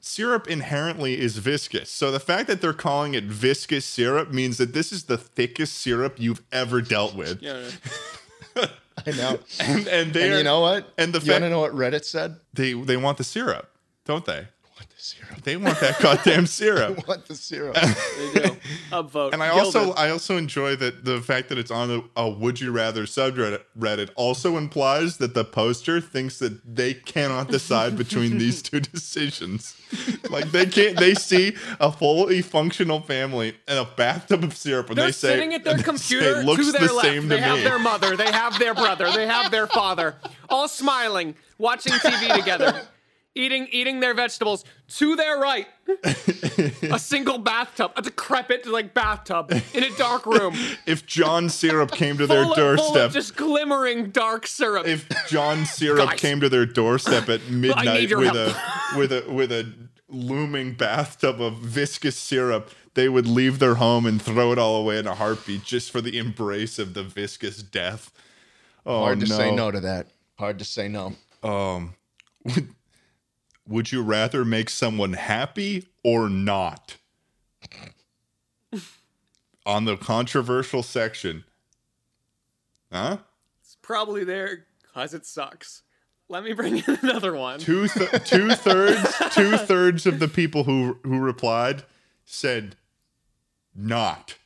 B: Syrup inherently is viscous. So the fact that they're calling it viscous syrup means that this is the thickest syrup you've ever dealt with.
A: Yeah. yeah.
C: I know.
B: And, and they
C: And
B: are-
C: you know what?
B: and the
C: you
B: fact-
C: want to know what Reddit said?
B: they they want the syrup, don't they?
C: What the syrup?
B: They want that goddamn syrup.
C: What the syrup?
A: There you go. Upvote.
B: And I
A: Killed
B: also
A: it.
B: I also enjoy that the fact that it's on a, a would you rather subreddit Reddit also implies that the poster thinks that they cannot decide between these two decisions. Like they can't they see a fully functional family and a bathtub of syrup and
A: They're
B: they say
A: sitting at their
B: and they say,
A: computer
B: looks
A: to
B: the
A: their left.
B: same to
A: they have
B: me.
A: their mother, they have their brother, they have their father, all smiling, watching TV together, eating eating their vegetables. To their right, a single bathtub, a decrepit like bathtub in a dark room,
B: If John Syrup came to their
A: full, of, full
B: doorstep,
A: of just glimmering dark syrup.
B: if John Syrup
A: Guys.
B: came to their doorstep at midnight
A: your
B: with
A: help.
B: a with a with a looming bathtub of viscous syrup, they would leave their home and throw it all away in a heartbeat just for the embrace of the viscous death. Oh
C: Hard to
B: no.
C: say no to that. Hard to say no.
B: Would you rather make someone happy or not? On the controversial section. Huh?
A: it's probably there because it sucks. Let me bring in another one.
B: two th- two thirds two thirds of the people who who replied said not.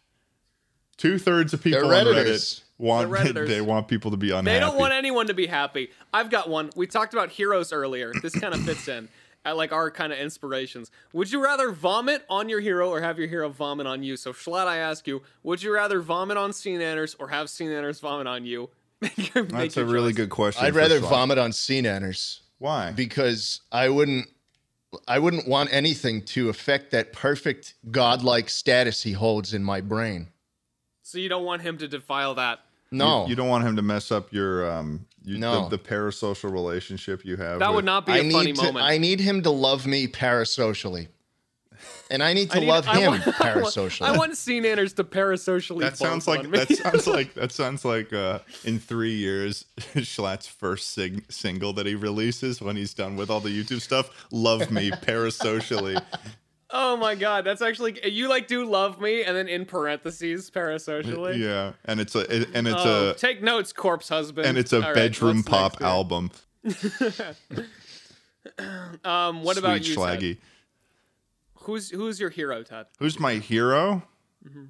B: Two thirds of people
C: They're
B: on Reddit
C: Redditors.
B: want
A: They're Redditors.
B: they want people to be unhappy.
A: They don't want anyone to be happy. I've got one. We talked about heroes earlier. This kind of fits in at like our kind of inspirations. Would you rather vomit on your hero or have your hero vomit on you? So Schlatt, I ask you, would you rather vomit on Scene Anders or have Scene Anders vomit on you? Make your- make
B: That's a
A: your
B: really
A: choice.
B: good question.
C: I'd
B: for
C: rather
B: Sean.
C: vomit on CNNers
B: Why?
C: because I wouldn't I wouldn't want anything to affect that perfect godlike status he holds in my brain.
A: So you don't want him to defile that.
C: No.
B: you, you don't want him to mess up your um you,
C: No.
B: the, the parasocial relationship you have.
A: That
B: with-
A: would not be
C: I
A: a funny
C: need to,
A: moment.
C: I need him to love me parasocially. And I need to
A: I need-
C: love
A: I
C: him
A: want-
C: parasocially.
A: I want, I want Scene Anders to parasocially.
B: That sounds
A: vomit
B: like
A: on me.
B: that sounds like that sounds like uh, in three years Schlatt's first sing- single that he releases when he's done with all the YouTube stuff. Love me parasocially.
A: oh my god, that's actually you like do love me and then in parentheses parasocially.
B: Yeah, and it's a it, and it's
A: Oh,
B: a
A: take notes, corpse husband.
B: and it's a
A: All right,
B: bedroom
A: what's
B: pop
A: next there?
B: album.
A: Um, what
B: Sweet
A: about you? Ted?
B: Schlaggy.
A: Who's who's your hero, Ted?
B: Who's my hero?
A: Mm-hmm.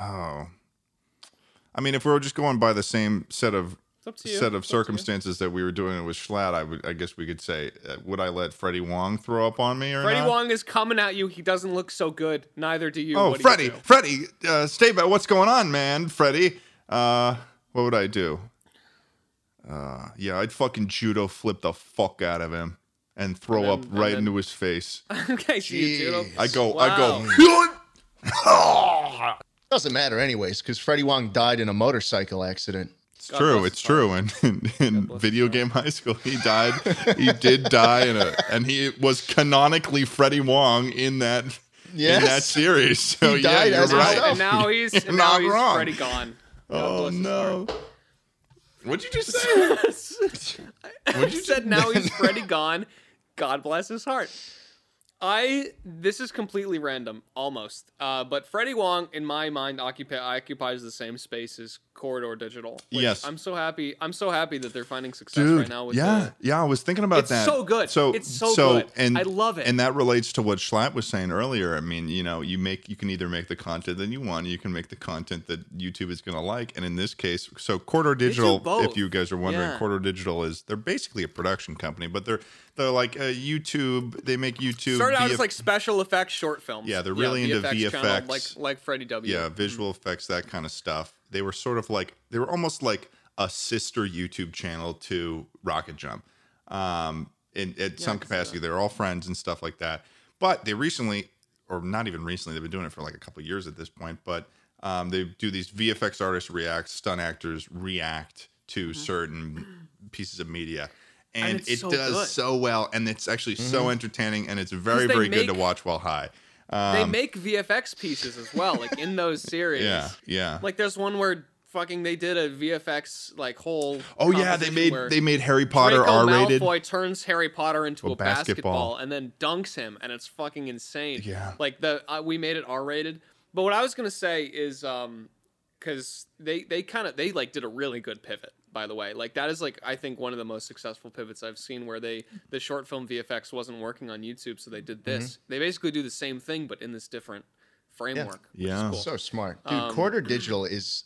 B: Oh, I mean, if we were just going by the same set of
A: It's up to you.
B: set of
A: It's up to you.
B: circumstances that we were doing it with Schlatt, I would I guess we could say, uh, would I let Freddie Wong throw up on me or
A: Freddie
B: not?
A: Wong is coming at you. He doesn't look so good. Neither do you.
B: Oh,
A: What do you
B: Freddie,
A: do?
B: Freddie, uh, stay back. What's going on, man? Freddie, uh, what would I do? Uh, yeah, I'd fucking judo flip the fuck out of him and throw up
A: then- and
B: right
A: then-
B: into his face.
A: okay, so you do.
C: Jeez.
B: I go,
A: Wow.
B: I go.
C: Doesn't matter anyways, because Freddie Wong died in a motorcycle accident.
B: It's
A: God
B: true.
A: bless
B: It's
A: his
B: true. And in, in
A: bless
B: video game high school, he died. he did die, in a, and he was canonically Freddie Wong in that in that
C: Yes.
B: series. So
C: He
B: yeah,
C: died
B: you're
C: as
B: right.
C: himself.
A: And now he's and now
B: not
A: he's
B: wrong.
A: Freddie gone.
B: Oh
A: God bless his
B: no! What'd you just say?
A: I said now he's Freddy gone. God bless his heart. I this is completely random, almost. Uh, but Freddie Wong, in my mind, occupy, occupies the same space as Corridor Digital. which
B: Yes.
A: I'm so happy. I'm so happy that they're finding success
B: Dude,
A: right now. With
B: yeah,
A: the-
B: yeah. I was thinking about
A: It's
B: that.
A: so good.
B: So
A: It's so good. I love it.
B: And that relates to what Schlatt was saying earlier. I mean, you know, you make you can either make the content that you want, or you can make the content that YouTube is going to like. And in this case, so Corridor Digital,
A: both.
B: if you guys are wondering,
A: Yeah.
B: Corridor Digital is they're basically a production company, but they're they're like a YouTube. They make YouTube.
A: started out as
B: VF
A: like special effects short films.
B: Yeah, they're really into
A: channel, like
B: VFX.
A: like Freddie W.
B: yeah, visual effects, that kind of stuff. They were sort of like they were almost like a sister YouTube channel to Rocket Jump, um, in at some capacity. They're all friends and stuff like that. But they recently, or not even recently, they've been doing it for like a couple of years at this point. But um, they do these VFX artists react, stunt actors react to certain pieces of media. And,
A: Mm-hmm. it's
B: it
A: so
B: does
A: good. Mm-hmm.
B: so well, and it's actually so entertaining, and it's very,
A: they
B: very good to
A: make-
B: watch while high. Um,
A: they make VFX pieces as well, like in those series.
B: yeah, yeah.
A: Like there's one where fucking they did a VFX like whole.
B: Oh yeah, they
A: composition
B: made
A: where
B: they made Harry Potter
A: Draco
B: R rated.
A: Malfoy turns Harry Potter into
B: A
A: a, basketball.
B: basketball.
A: and then dunks him, and it's fucking insane.
B: Yeah.
A: like the uh, we made it R rated. But what I was gonna say is, um, because they they kind of they like did a really good pivot. By the way, like that is like I think one of the most successful pivots I've seen where they the short film VFX wasn't working on YouTube, so they did this.
B: Mm-hmm.
A: They basically do the same thing but in this different framework. which is
B: Yeah.
A: cool.
C: So smart.
A: Um,
C: Dude, Quarter Digital is,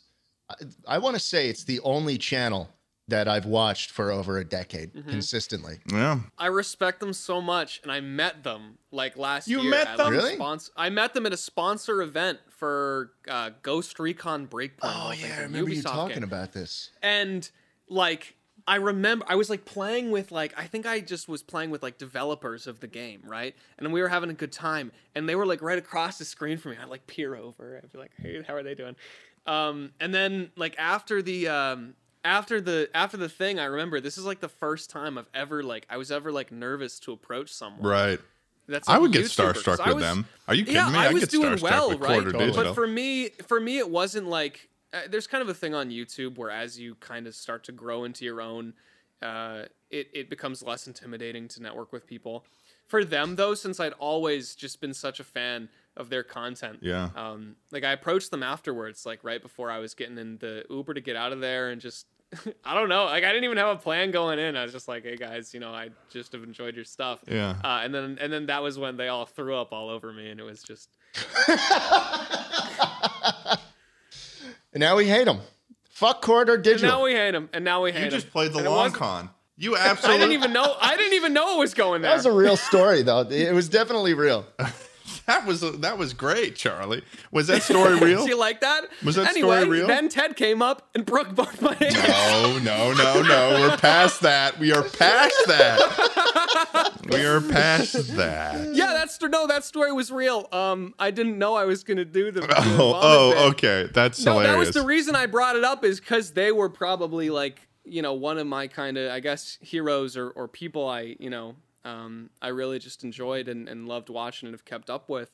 C: I- I want to say it's the only channel that I've watched for over a decade
A: Mm-hmm.
C: consistently.
A: Oh,
B: Yeah,
A: I respect them so much, and I met them like last
B: You
A: year.
B: met
A: at,
B: them?
A: like, a
C: Really?
A: spons- I met them at a sponsor event for uh, Ghost Recon Breakpoint.
C: Oh,
A: I think,
C: yeah. I
A: an
C: remember you
A: Ubisoft
C: talking
A: game.
C: about this.
A: And like I remember I was like playing with like I think I just was playing with like developers of the game, right? And we were having a good time, and they were like right across the screen from me. I'd like peer over. I'd be like, "Hey, how are they doing?" Um, and then like after the um, after the after the thing, I remember this is like the first time I've ever like I was ever like nervous to approach someone.
B: Right.
A: That's
B: I
A: like,
B: would get
A: YouTuber,
B: starstruck
A: 'cause I
B: with
A: was-
B: them. Are you kidding
A: yeah,
B: me?
A: I
B: I'd
A: was
B: get
A: doing
B: starstruck
A: well,
B: with
A: right?
B: quarter
A: But
B: digital.
A: for me, for me, it wasn't like uh, there's kind of a thing on YouTube where as you kind of start to grow into your own, uh, it it becomes less intimidating to network with people. For them though, since I'd always just been such a fan of their content,
B: Yeah.
A: um, like I approached them afterwards, like right before I was getting in the Uber to get out of there, and just I don't know, like I didn't even have a plan going in. I was just like, hey guys, you know, I just have enjoyed your stuff.
B: Yeah.
A: Uh, and then and then that was when they all threw up all over me, and it was just
C: And now we hate them. Fuck corridor digital.
A: now we hate them, and now we hate
B: you
A: 'em.
B: just played the
A: And it
B: long
A: wasn't-
B: con. You
A: I didn't
B: absolutely.
A: even know. I didn't even know it was going there.
C: that was a real story, though. It was definitely real.
B: that was that was great, Charlie. Was that story real?
A: Did you like that?
B: Was that story
A: anyway,
B: real?
A: Then Ted came up and broke both my hands.
B: No, no, no, no. We're past that. We are past that. We are past that.
A: Yeah, that's no. That story was real. Um, I didn't know I was gonna do the. the
B: Oh,
A: vomit bit.
B: oh, okay. That's
A: No, that was
B: hilarious.
A: the reason I brought it up is because they were probably like you know one of my kind of I guess heroes or, or people I you know um, I really just enjoyed and, and loved watching and have kept up with.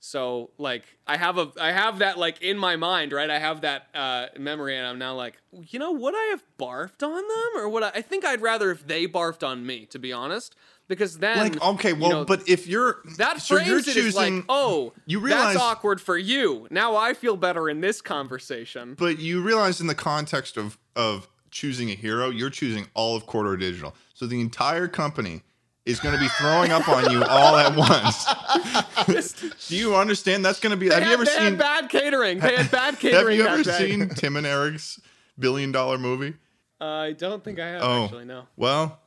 A: So like I have a I have that like in my mind right I have that uh, memory and I'm now like you know would I have barfed on them or would I I think I'd rather if they barfed on me to be honest because then
B: like, okay,
A: you
B: well,
A: know,
B: but if you're
A: that
B: so
A: frames
B: you're
A: it as like,
B: choosing,
A: oh,
B: you realize-
A: that's awkward for you. Now I feel better in this conversation.
B: but you realize in the context of of choosing a hero, you're choosing all of Corridor Digital. So the entire company is going to be throwing up on you all at once. Do you understand? That's going to be.
A: They
B: have you
A: had-
B: ever
A: they had
B: seen?
A: bad catering? They had bad
B: Have
A: catering.
B: you ever
A: that day.
B: seen Tim and Eric's billion dollar movie?
A: I don't think I have
B: Oh.
A: actually. No.
B: Well,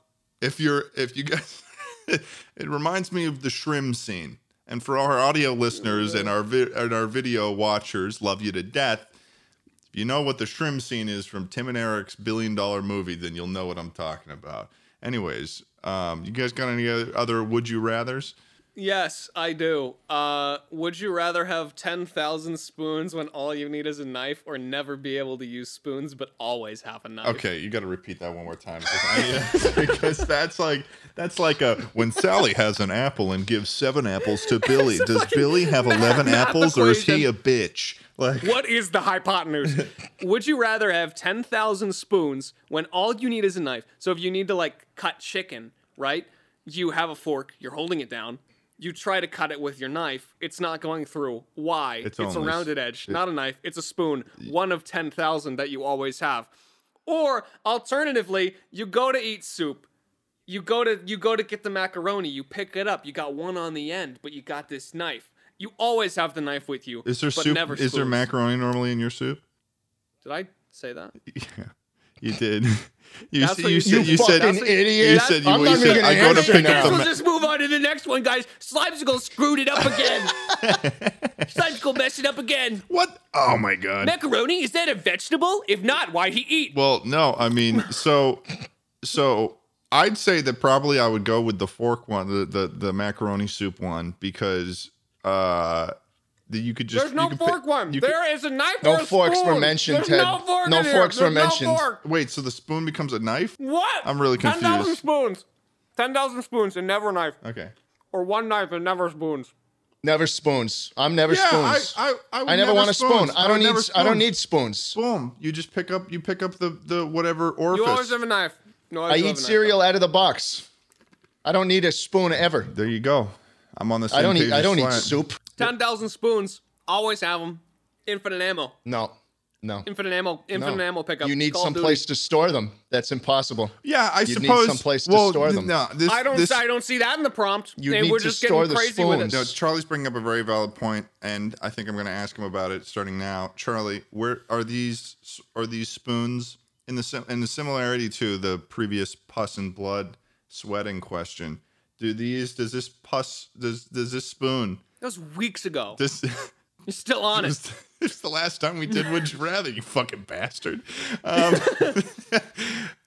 B: if you're if you guys, it reminds me of the shrimp scene. And for our audio listeners and our vi- and our video watchers, love you to death. If you know what the shrimp scene is from Tim and Eric's billion dollar movie, then you'll know what I'm talking about. Anyways, um, you guys got any other would you rather's?
A: Yes, I do. Uh, would you rather have ten thousand spoons when all you need is a knife, or never be able to use spoons but always have a knife?
B: Okay, you got to repeat that one more time 'cause I- because that's like that's like a when Sally has an apple and gives seven apples to Billy. Does Billy have eleven
A: math
B: apples or is he
A: equation.
B: a bitch? Like
A: What is the hypotenuse? Would you rather have 10,000 spoons when all you need is a knife? So if you need to like cut chicken, right? You have a fork, you're holding it down. You try to cut it with your knife, it's not going through. Why? It's, a
B: only-
A: rounded edge, not a knife. It's a spoon, one of 10,000 that you always have. Or alternatively, you go to eat soup. You go to you go to get the macaroni, you pick it up. You got one on the end, but you got this knife. You always have the knife with you.
B: is there
A: but
B: soup?
A: Never
B: is there
A: spoons.
B: macaroni normally in your soup?
A: Did I say that?
B: Yeah, you did. You
A: That's
B: said
A: what
B: you
A: you-
B: said
A: You
B: you said
C: fucking idiot.
B: you said you,
C: I'm
B: you
C: not
B: said
C: even
B: I
C: gonna
B: go to
C: answer
B: pick
A: Guess
B: up
C: now.
B: the.
A: we'll
B: ma-
A: just move on to the next one, guys. Slimesicle screwed it up again. Slimesicle messed it up again.
B: what? Oh my god.
A: Macaroni, is that a vegetable? If not, why he eat?
B: Well, no, I mean, so, so I'd say that probably I would go with the fork one, the the, the macaroni soup one, because uh, the, you could just
A: There's no
B: you could
A: fork
B: pi-
A: one.
B: you could-
A: There is a knife.
C: No
A: or a
C: forks were
A: spoon.
C: mentioned,
A: There's
C: Ted.
A: no fork
C: No
A: in here.
C: forks were
A: There's no
C: mentioned.
A: fork.
B: wait, so the spoon becomes a knife?
A: What?
B: I'm really
A: Ten thousand
B: confused.
A: spoons. Ten thousand spoons and never a knife,
B: Okay.
A: or one knife and never spoons.
C: Never spoons. I'm never
B: Yeah, I
C: spoons.
B: I, I, would
C: I never, want a spoon.
B: spoons.
C: I
B: would
C: don't need.
B: never
C: I don't
B: spoons.
C: need spoons.
B: Boom! You just pick up. You pick up the the whatever
A: You
B: orifice.
A: always have a knife. No,
C: I eat cereal out of the box. I don't need a spoon ever.
B: there you go. I'm on the same
C: I don't
B: page
C: eat. I
B: as
C: don't eat
B: Slant.
C: soup.
A: Ten thousand spoons. Always have them. Infinite ammo.
C: No, no.
A: Infinite ammo.
C: no.
A: Infinite ammo pickup.
C: You need
A: Call of Duty.
C: someplace to store them. That's impossible.
B: Yeah, I
C: You'd need
B: suppose.
C: someplace to
B: well,
C: store
B: th-
C: them.
B: No, this,
A: I don't.
B: This,
A: I don't see that in the prompt.
C: You
A: and
C: need
A: we're
C: to
A: just
C: store
A: getting
C: the
A: crazy with
C: spoons.
A: it.
B: No, Charlie's bringing up a very valid point, and I think I'm going to ask him about it starting now. Charlie, where are these are these spoons in the sim- in the similarity to the previous pus and blood sweating question? Do these does this pus does does this spoon
A: That was weeks ago.
B: this
A: You're still on it.
B: It's, it's the last time we did Would You Rather, you fucking bastard. Um,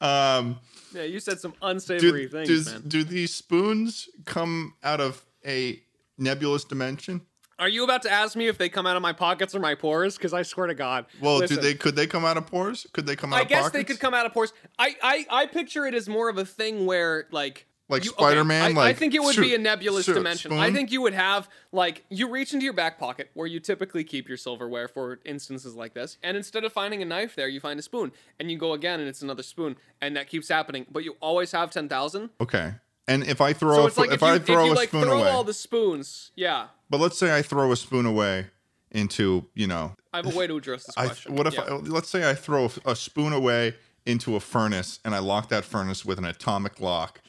B: um,
A: Yeah, you said some
B: do,
A: unsavory things,
B: does-
A: man.
B: do these spoons come out of a nebulous dimension?
A: Are you about to ask me if they come out of my pockets or my pores? Because I swear to God.
B: Well,
A: listen,
B: do they? Could they come out of pores? Could they come out
A: I
B: of
A: guess
B: pockets?
A: they could come out of pores. I, I, I picture it as more of a thing where like.
B: Like
A: you- okay,
B: Spider-Man,
A: I- I,
B: like,
A: think it would be a
B: shoot,
A: nebulous
B: shoot,
A: dimension. I
B: spoon.
A: think you would have like you reach into your back pocket where you typically keep your silverware for instances like this, and instead of finding a knife there, you find a spoon, and you go again, and it's another spoon, and that keeps happening. But you always have ten thousand.
B: Okay. And if I throw
A: So
B: a
A: it's
B: fo-
A: like if,
B: if,
A: you,
B: I throw
A: if you
B: a
A: like
B: spoon
A: throw
B: away,
A: all the spoons, yeah.
B: but let's say I throw a spoon away into you know
A: I have a way to address this
B: I
A: question.
B: what if
A: Yeah.
B: I, let's say I throw a- a spoon away into a furnace and I lock that furnace with an atomic lock.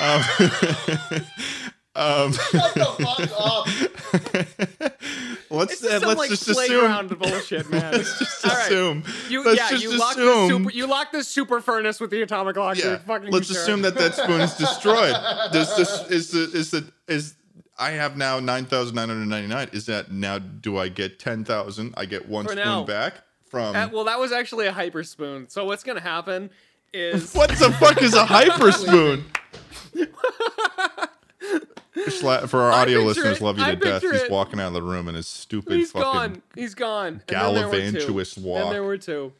B: um, um,
C: Shut the fuck up.
B: let's
A: This is
B: uh,
A: some
B: let's
A: like
B: just
A: playground
B: assume.
A: bullshit, man.
B: Let's just
A: All right.
B: assume.
A: You,
B: let's
A: yeah,
B: just
A: you
B: assume.
A: lock the super. You lock the super furnace with the atomic lock.
B: yeah.
A: You're fucking
B: let's
A: sure.
B: assume that that spoon is destroyed. Does this is the is the is I have now nine thousand nine hundred ninety nine. Is that now? Do I get ten thousand? I get one
A: For
B: spoon
A: now.
B: back from.
A: Uh, well, that was actually a hyper spoon. So what's gonna happen is
B: What the fuck is a hyper spoon? Sla- For our
A: I
B: audio
A: picture
B: listeners,
A: it.
B: love you
A: I
B: to death.
A: picture
B: He's
A: it.
B: walking out of the room in his stupid
A: he's
B: fucking.
A: gone. He's gone.
B: gallivantuous
A: and then there were two.
B: walk.
A: Then there were two.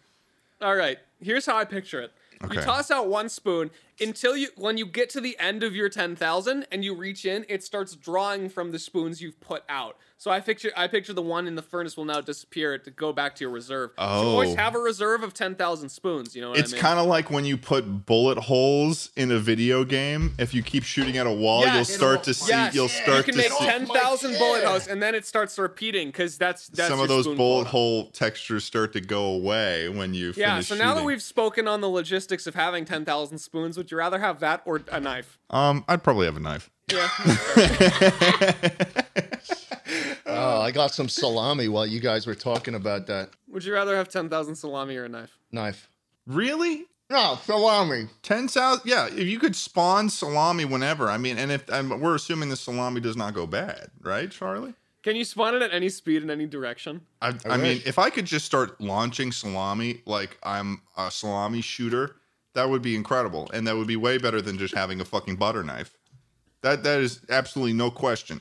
A: All right. Here's how I picture it. You
B: Okay.
A: toss out one spoon until you when you get to the end of your 10,000 and you reach in, it starts drawing from the spoons you've put out. So I picture I picture the one in the furnace will now disappear to go back to your reserve. So you
B: Oh.
A: always have a reserve of 10,000 spoons, you know what
B: It's
A: I mean?
B: kind of like when you put bullet holes in a video game. If you keep shooting at a wall,
A: Yes.
B: you'll start to see.
A: Yes.
B: You'll
A: You
B: start
A: can
B: to
A: make
B: see
A: ten thousand
C: Yeah.
A: bullet holes, and then it starts repeating because that's, that's
B: some
A: your
B: of those
A: spoon
B: bullet
A: quota.
B: hole textures start to go away when you.
A: Yeah.
B: finish
A: So now that
B: shooting.
A: we've spoken on the logistics of having ten thousand spoons, would you rather have that or a knife?
B: um, I'd probably have a knife.
A: Yeah.
C: Oh, I got some salami while you guys were talking about that
A: would you rather have ten thousand salami or a knife?
C: knife.
B: Really?
C: No, salami.
B: Ten thousand? Yeah, if you could spawn salami whenever. I mean, and if and we're assuming the salami does not go bad, right, Charlie?
A: Can you spawn it at any speed in any direction?
B: I, I, mean, if I could just start launching salami like I'm a salami shooter, that would be incredible, and that would be way better than just having a fucking butter knife. That that is absolutely no question.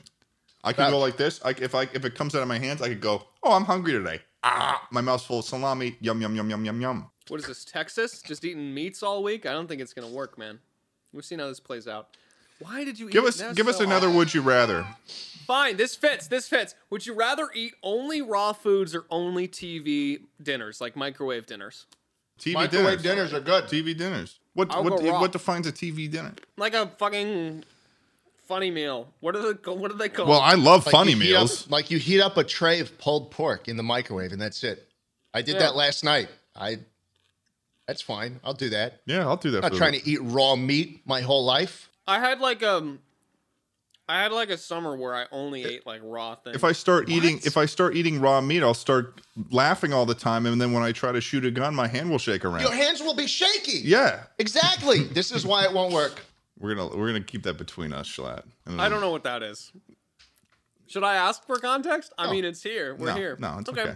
B: I could
C: That-
B: go like this. I, if I if it comes out of my hands, I could go. Oh, I'm hungry today. Ah, my mouth's full of salami. Yum yum yum yum yum yum.
A: What is this, Texas? Just eating meats all week? I don't think it's gonna work, man. We've seen how this plays out. Why did you
B: Give
A: eat
B: us
A: that's
B: give us
A: so
B: another.
A: odd.
B: Would you rather?
A: Fine, this fits. This fits. Would you rather eat only raw foods or only TV dinners, like microwave dinners?
B: TV
C: Microwave
B: dinners.
C: dinners are good.
B: TV dinners. What
A: I'll
B: what
A: go raw.
B: what defines a TV dinner?
A: Like a fucking funny meal. What are the what are they called?
B: Well, I love
C: Like
B: funny
C: you heat up-
B: meals.
C: like you heat up a tray of pulled pork in the microwave, and that's it. I did
A: Yeah.
C: that last night. I. That's fine. I'll do that.
B: Yeah, I'll do that.
C: I'm
B: for
C: not trying
B: the-
C: to eat raw meat my whole life.
A: I had like um I had like a summer where I only ate like raw things.
B: If I start eating, if I start eating raw meat, I'll start laughing all the time, and then when I try to shoot a gun, my hand will shake around.
C: Your hands will be shaky.
B: yeah,
C: Exactly. this is why it won't work.
B: we're gonna we're gonna keep that between us, Shalat.
A: I don't know what that is. Should I ask for context? I mean, it's here. We're
B: No,
A: here.
B: no, it's okay.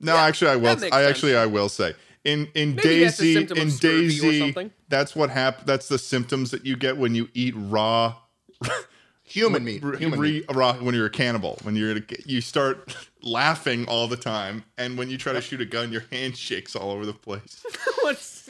B: No, actually, I will. I
A: that makes sense.
B: actually I will say in in
A: Maybe that's a
B: Daisy
A: symptom of
B: in
A: scurvy or
B: Daisy
A: something.
B: that's what hap- That's the symptoms that you get when you eat raw
C: Human meat.
B: re-
C: Human meat.
B: re- raw when you're a cannibal. When you're you start laughing all the time, and when you try to shoot a gun, your hand shakes all over the place.
A: What's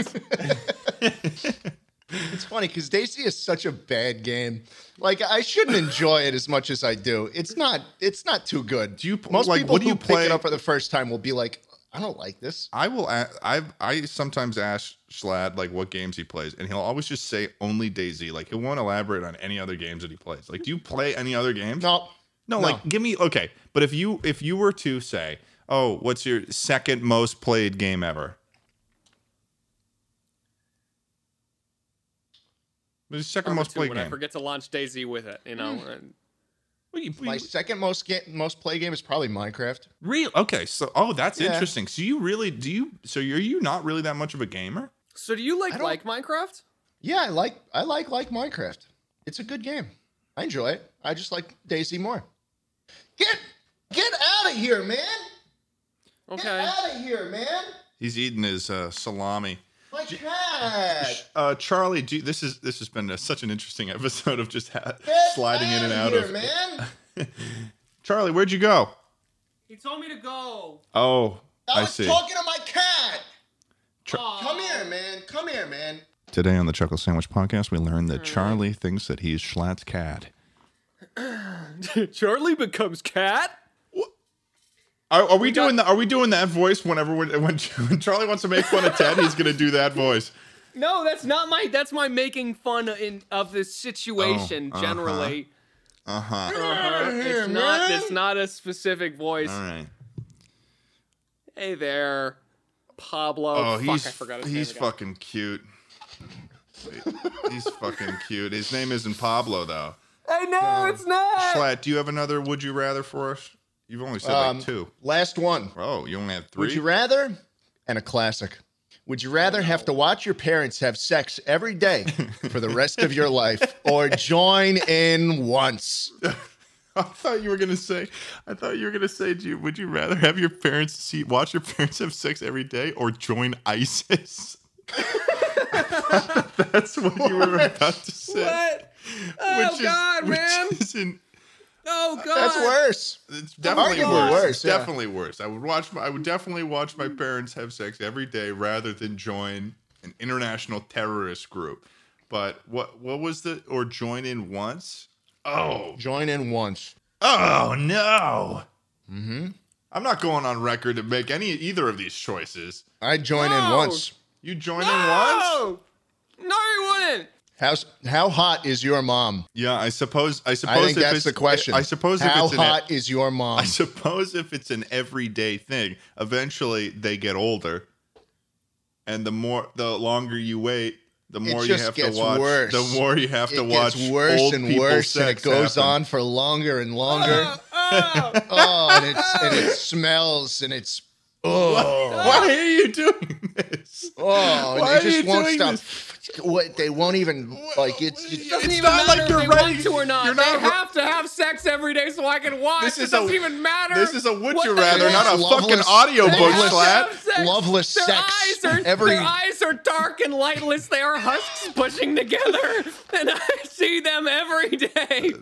C: It's funny because Daisy is such a bad game. Like I shouldn't enjoy it as much as I do. It's not. It's not too good. Do
B: you-
C: Most
B: like,
C: people
B: what do
C: who
B: you
C: pick
B: play-
C: it up for the first time will be like, I don't like this.
B: I will. a- I I sometimes ask Schlad like what games he plays, and he'll always just say only Daisy. Like he won't elaborate on any other games that he plays. Like, do you play any other games?
C: No.
B: no. Like, give me okay. But if you if you were to say, oh, what's your second most played game ever? The second most played
A: when I
B: game. Hmm.
A: forget to launch Daisy with it, you know?
B: Well, you-
C: My
B: you-
C: second most ga- most play game is probably Minecraft.
B: Real okay, so oh, that's
C: Yeah.
B: interesting. So you really do you? So you're you not really that much of a gamer?
A: So do you
C: I
A: like
C: don't-
A: like Minecraft?
C: Yeah, I like I like like Minecraft. It's a good game. I enjoy it. I just like Daisy more. Get Get out of here, man. Get
A: Okay.
C: out of here, man.
B: He's eating his uh, salami.
C: My God.
B: Uh, Charlie, do you- this is this has been a, such an interesting episode of just ha-
C: Get
B: sliding in and out
C: here,
B: of.
C: man.
B: Charlie, where'd you go?
A: He told me to go.
B: Oh,
C: I
B: I
C: was
B: see.
C: talking to my cat.
A: Aw.
C: Come here, man. Come here, man.
B: Today on the Chuckle Sandwich Podcast, we learned that
A: Mm-hmm.
B: Charlie thinks that he's Schlatt's cat.
A: Charlie becomes cat.
B: Are, are we, doing the, Are we doing that voice whenever we when, when Charlie wants to make fun of Ted? he's gonna do that voice.
A: No, that's not my. That's my making fun in of this situation
B: Oh, uh-huh.
A: generally.
B: Uh huh.
A: Uh-huh. It's not. It's not a specific voice.
B: All right.
A: Hey there, Pablo.
B: Oh,
A: Fuck,
B: he's
A: I forgot his
B: he's
A: name again.
B: fucking cute. he's fucking cute. His name isn't Pablo though.
A: I know it's not.
B: Schlatt, do you have another Would You Rather for us? You've only said
C: Um,
B: like two.
C: Last one.
B: Oh, you only have three.
C: Would you rather? And a classic. Would you rather have to watch your parents have sex every day for the rest of your life or join in once?
B: I thought you were gonna say. I thought you were gonna say. Do you, would you rather have your parents see watch your parents have sex every day or join ISIS? That's what you were about to say.
A: What? Oh
B: which is-
A: God,
B: which
A: man!
B: isn't-
A: Oh God!
C: That's worse.
B: it's definitely worse.
C: Arguably worse,
B: It's
C: yeah.
B: Definitely worse. I would watch. My, I would definitely watch my parents have sex every day rather than join an international terrorist group. But what what was the or join in once? Oh
C: Join in once.
B: Oh no.
C: Mm-hmm.
B: I'm not going on record to make any either of these choices.
C: I'd join in
A: No.
C: once.
B: You join in once?
A: No! Oh, No, he wouldn't.
C: How's, how hot is your mom?
B: Yeah, I suppose. I suppose
C: I think
B: if
C: that's
B: it's,
C: the question.
B: I suppose
C: how
B: if it's an, e
C: hot is your
B: I
C: mom?
B: suppose if it's an everyday thing, eventually they get older, and the more the longer you wait, the more you
C: just
B: have to
C: gets
B: watch.
C: worse.
B: The more you have to
C: it
B: watch.
C: gets worse
B: old
C: and
B: people
C: worse, and it
B: sex
C: goes
B: happen.
C: on for longer and longer.
A: Oh,
C: oh, and, it's, and it smells, and it's oh,
B: Why are you doing this?
C: oh, and
B: Why are
C: they just
B: you
C: won't
B: doing
C: stop. What they won't even like it's.
B: what-
C: it's-
A: doesn't
B: It's
A: even
B: not
A: matter
B: like
A: if
B: you're
A: they
B: ready-
A: want to or not.
B: you're
A: they
B: not re-
A: have to have sex every day so I can watch.
B: This is
A: it doesn't
B: a-
A: even matter.
B: This is a would
A: what
B: you
A: they
B: rather, not a
A: want.
B: fucking
C: Loveless-
B: audiobook,
A: They have to
B: Schlatt.
A: have sex.
C: Loveless
A: their
C: sex.
A: Eyes are,
C: Every-
A: Their eyes are dark and lightless. They are husks pushing together, and I see them every day.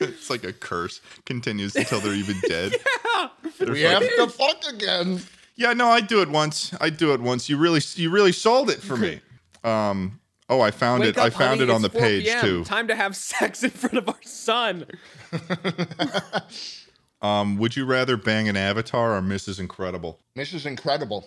B: it's like a curse continues until they're even dead.
C: we have to fuck again.
B: yeah, no, I do it once. I do it once. You really, you really sold it for me. Um, oh, I found
A: Wake
B: it. I
A: up,
B: found
A: honey,
B: it on the
A: it's 4
B: page
A: PM.
B: too.
A: Time to have sex in front of our son.
B: Um, would you rather bang an avatar or Mrs. Incredible?
C: This is incredible.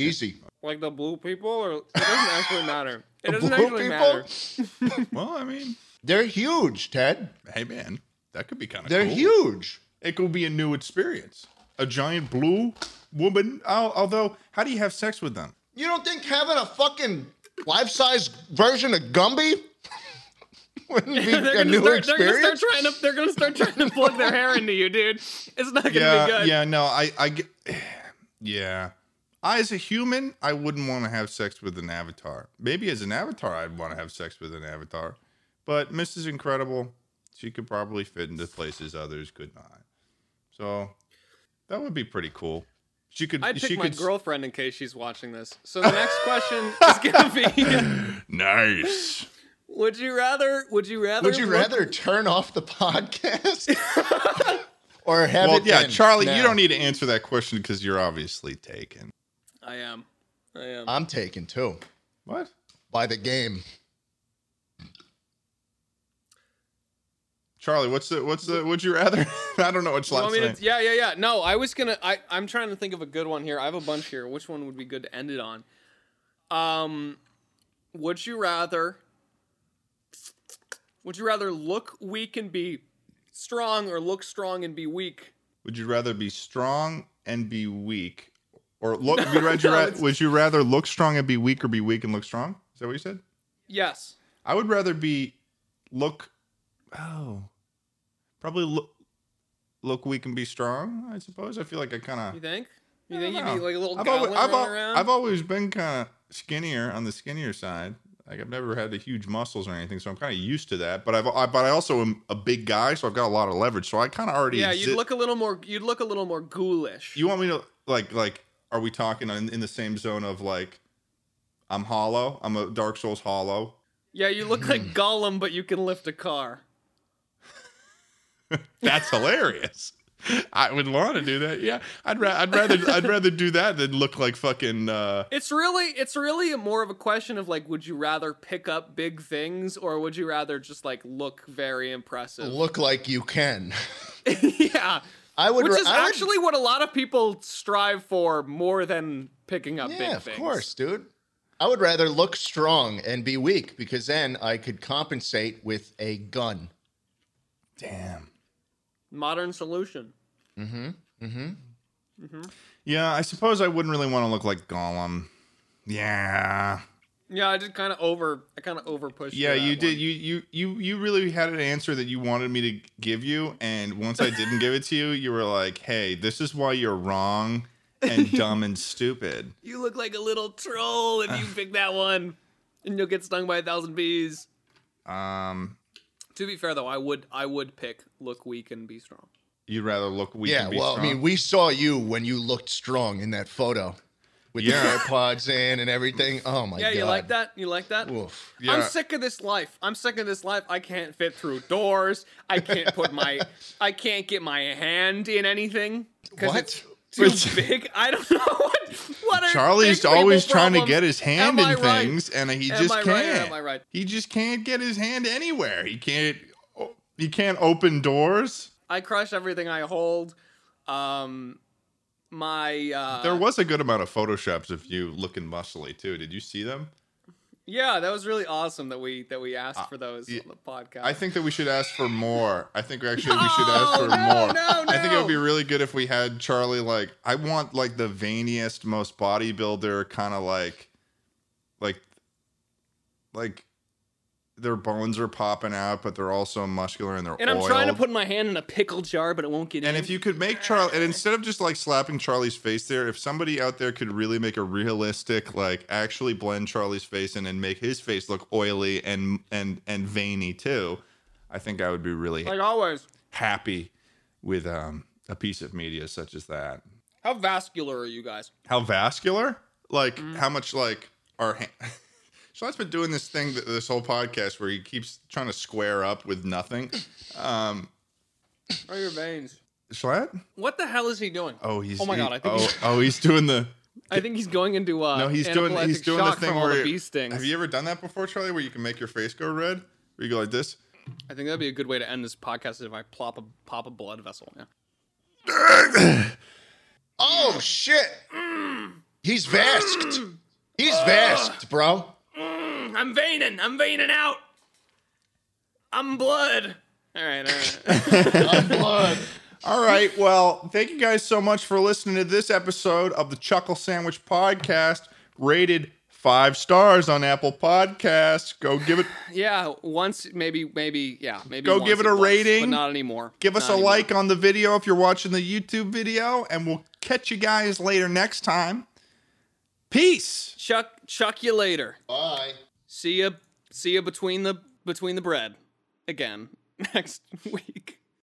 C: Easy.
A: Like the blue people, or it doesn't actually matter. It doesn't
C: Blue
A: actually matter.
B: well, I mean,
C: They're huge, Ted.
B: hey man, that could be kind of.
C: They're
B: cool.
C: huge.
B: It could be a new experience. A giant blue woman. Al- Although, how do you have sex with them?
C: You don't think having a fucking life-size version of Gumby wouldn't be
A: They're
C: a
A: gonna,
C: new
A: start, they're gonna start
C: experience?
A: trying to. They're gonna start trying to plug their hair into you, dude. It's not gonna
B: yeah,
A: be good.
B: yeah, no, I, I, get- yeah. I, as a human, I wouldn't want to have sex with an avatar. Maybe as an avatar, I'd want to have sex with an avatar. But Mrs. Incredible, she could probably fit into places others could not. So that would be pretty cool. She could.
A: I'd
B: she
A: pick my
B: could, s-
A: girlfriend in case she's watching this. So the next question is gonna be:
B: Nice.
A: Would you rather? Would you rather?
C: Would you
A: look-
C: rather turn off the podcast or have
B: Well,
C: it?
B: yeah,
C: end
B: Charlie, you
C: now?
B: don't e- need to answer that question because you're obviously taken.
A: I am. I am.
C: I'm taken too
B: What?
C: by the game.
B: Charlie, what's the what's the would you rather? I don't know what's
A: You want
B: last
A: me to-
B: name.
A: yeah, yeah, yeah. No, I was gonna. I I'm trying to think of a good one here. I have a bunch here. Which one would be good to end it on? Um, would you rather? Would you rather look weak and be strong, or look strong and be weak?
B: Would you rather be strong and be weak, or look? would you rather-
A: no, it's-
B: would you rather look strong and be weak, or be weak and look strong? Is that what you said?
A: Yes.
B: I would rather be look. Oh, probably look look weak and be strong. I suppose. I feel like I
A: You
B: kind of.
A: think? You think you'd be like a little
B: I've
A: goblin
B: always, I've,
A: running
B: al-
A: around?
B: I've always been kind of skinnier on the skinnier side. like I've never had the huge muscles or anything, so I'm kind of used to that. But I've I, but I also am a big guy, so I've got a lot of leverage. So I kind of already
A: Yeah, you'd
B: exi-
A: look a little more. You'd look a little more ghoulish.
B: You want me to like like are we talking in, in the same zone of like I'm hollow, I'm a Dark Souls hollow.
A: yeah, you look like Gollum, but you can lift a car.
B: That's hilarious. I would want to do that. Yeah, I'd, ra- I'd rather I'd rather do that than look like fucking uh,
A: It's really, it's really a more of a question of like, would you rather pick up big things or would you rather just like look very impressive?
C: Look like you can.
A: yeah,
C: I would.
A: which
C: ra-
A: is
C: I would-
A: actually what a lot of people strive for more than picking up big
C: yeah, of
A: things.
C: course, dude. I would rather look strong and be weak because then I could compensate with a gun.
B: damn.
A: Modern solution.
B: Yeah, I suppose I wouldn't really want to look like Gollum. Yeah.
A: Yeah, I did kind of over. I kind of over pushed.
B: Yeah, you did.
A: One.
B: You you you you really had an answer that you wanted me to give you, and once I didn't give it to you, you were like, "Hey, this is why you're wrong and dumb and stupid."
A: You look like a little troll if you pick that one, and you'll get stung by a thousand bees.
B: Um,
A: To be fair though, I would, I would pick look weak and be strong.
B: you'd rather look weak.
C: yeah,
B: and be
C: well,
B: strong.
C: I mean, we saw you when you looked strong in that photo with
B: Yeah.
C: your AirPods in and everything. Oh my
A: Yeah,
C: god!
A: you like that? You like that? Uh,
C: Oof.
B: Yeah.
A: I'm sick of this life. I'm sick of this life. I can't fit through doors. I can't put my I can't get my hand in anything. 'cause
C: What?
A: it's Too big. I don't know what what are
B: Charlie's
A: big
B: always
A: people
B: trying to
A: problems?
B: get his
A: Am
B: hand in
A: I right?
B: things, and he
A: Am
B: just
A: I right or
B: can't.
A: am I right?
B: He just can't get his hand anywhere. He can't. He can't open doors.
A: I crush everything I hold. Um my uh
B: There was a good amount of photoshops of you looking muscly too. Did you see them?
A: Yeah, that was really awesome that we that we asked for those
B: Uh, yeah,
A: on the podcast.
B: I think that we should ask for more. I think actually we should ask
A: No,
B: for
A: no,
B: more.
A: no,
B: I think it
A: no.
B: would be really good if we had Charlie like I want like the veiniest, most bodybuilder kind of like like like their bones are popping out, but they're also muscular and they're
A: and I'm
B: oiled.
A: trying to put my hand in a pickle jar, but it won't get in.
B: and if you could make Charlie, and instead of just like slapping Charlie's face there, if somebody out there could really make a realistic, like actually blend Charlie's face in and make his face look oily and and and veiny too, I think I would be really
A: like always,
B: happy with um, a piece of media such as that.
A: how vascular are you guys?
B: How vascular? Like
A: Mm.
B: how much like our hand. Sean's been doing this thing that this whole podcast where he keeps trying to square up with nothing. Um,
A: How are your veins?
B: Schlatt?
A: What the hell is he doing?
B: Oh, he's
A: Oh my
B: he-
A: God, I think
B: oh,
A: he's-
B: oh, he's doing the
A: I think he's going into uh
B: no, he's doing he's
A: anaphylactic
B: doing the
A: shock
B: thing
A: from all
B: where
A: the bee stings.
B: have you ever done that before, Charlie? Where you can make your face go red, where you go like this.
A: I think that'd be a good way to end this podcast if I plop a pop a blood vessel. Yeah.
C: Oh shit! He's vasked. He's vasked, bro.
A: Mm, I'm veining. I'm veining out. I'm blood. All right. All right.
C: Blood.
B: All right, well, thank you guys so much for listening to this episode of the Chuckle Sandwich Podcast, rated five stars on Apple Podcasts. Go give it,
A: yeah. Once maybe maybe yeah maybe
B: Go
A: once
B: give it a
A: was,
B: rating.
A: but not anymore.
B: give us
A: Not
B: a
A: anymore.
B: like on the video if you're watching the YouTube video, and we'll catch you guys later next time. Peace.
A: Chuck chuck you later.
C: Bye.
A: See ya see ya between the between the bread again next week.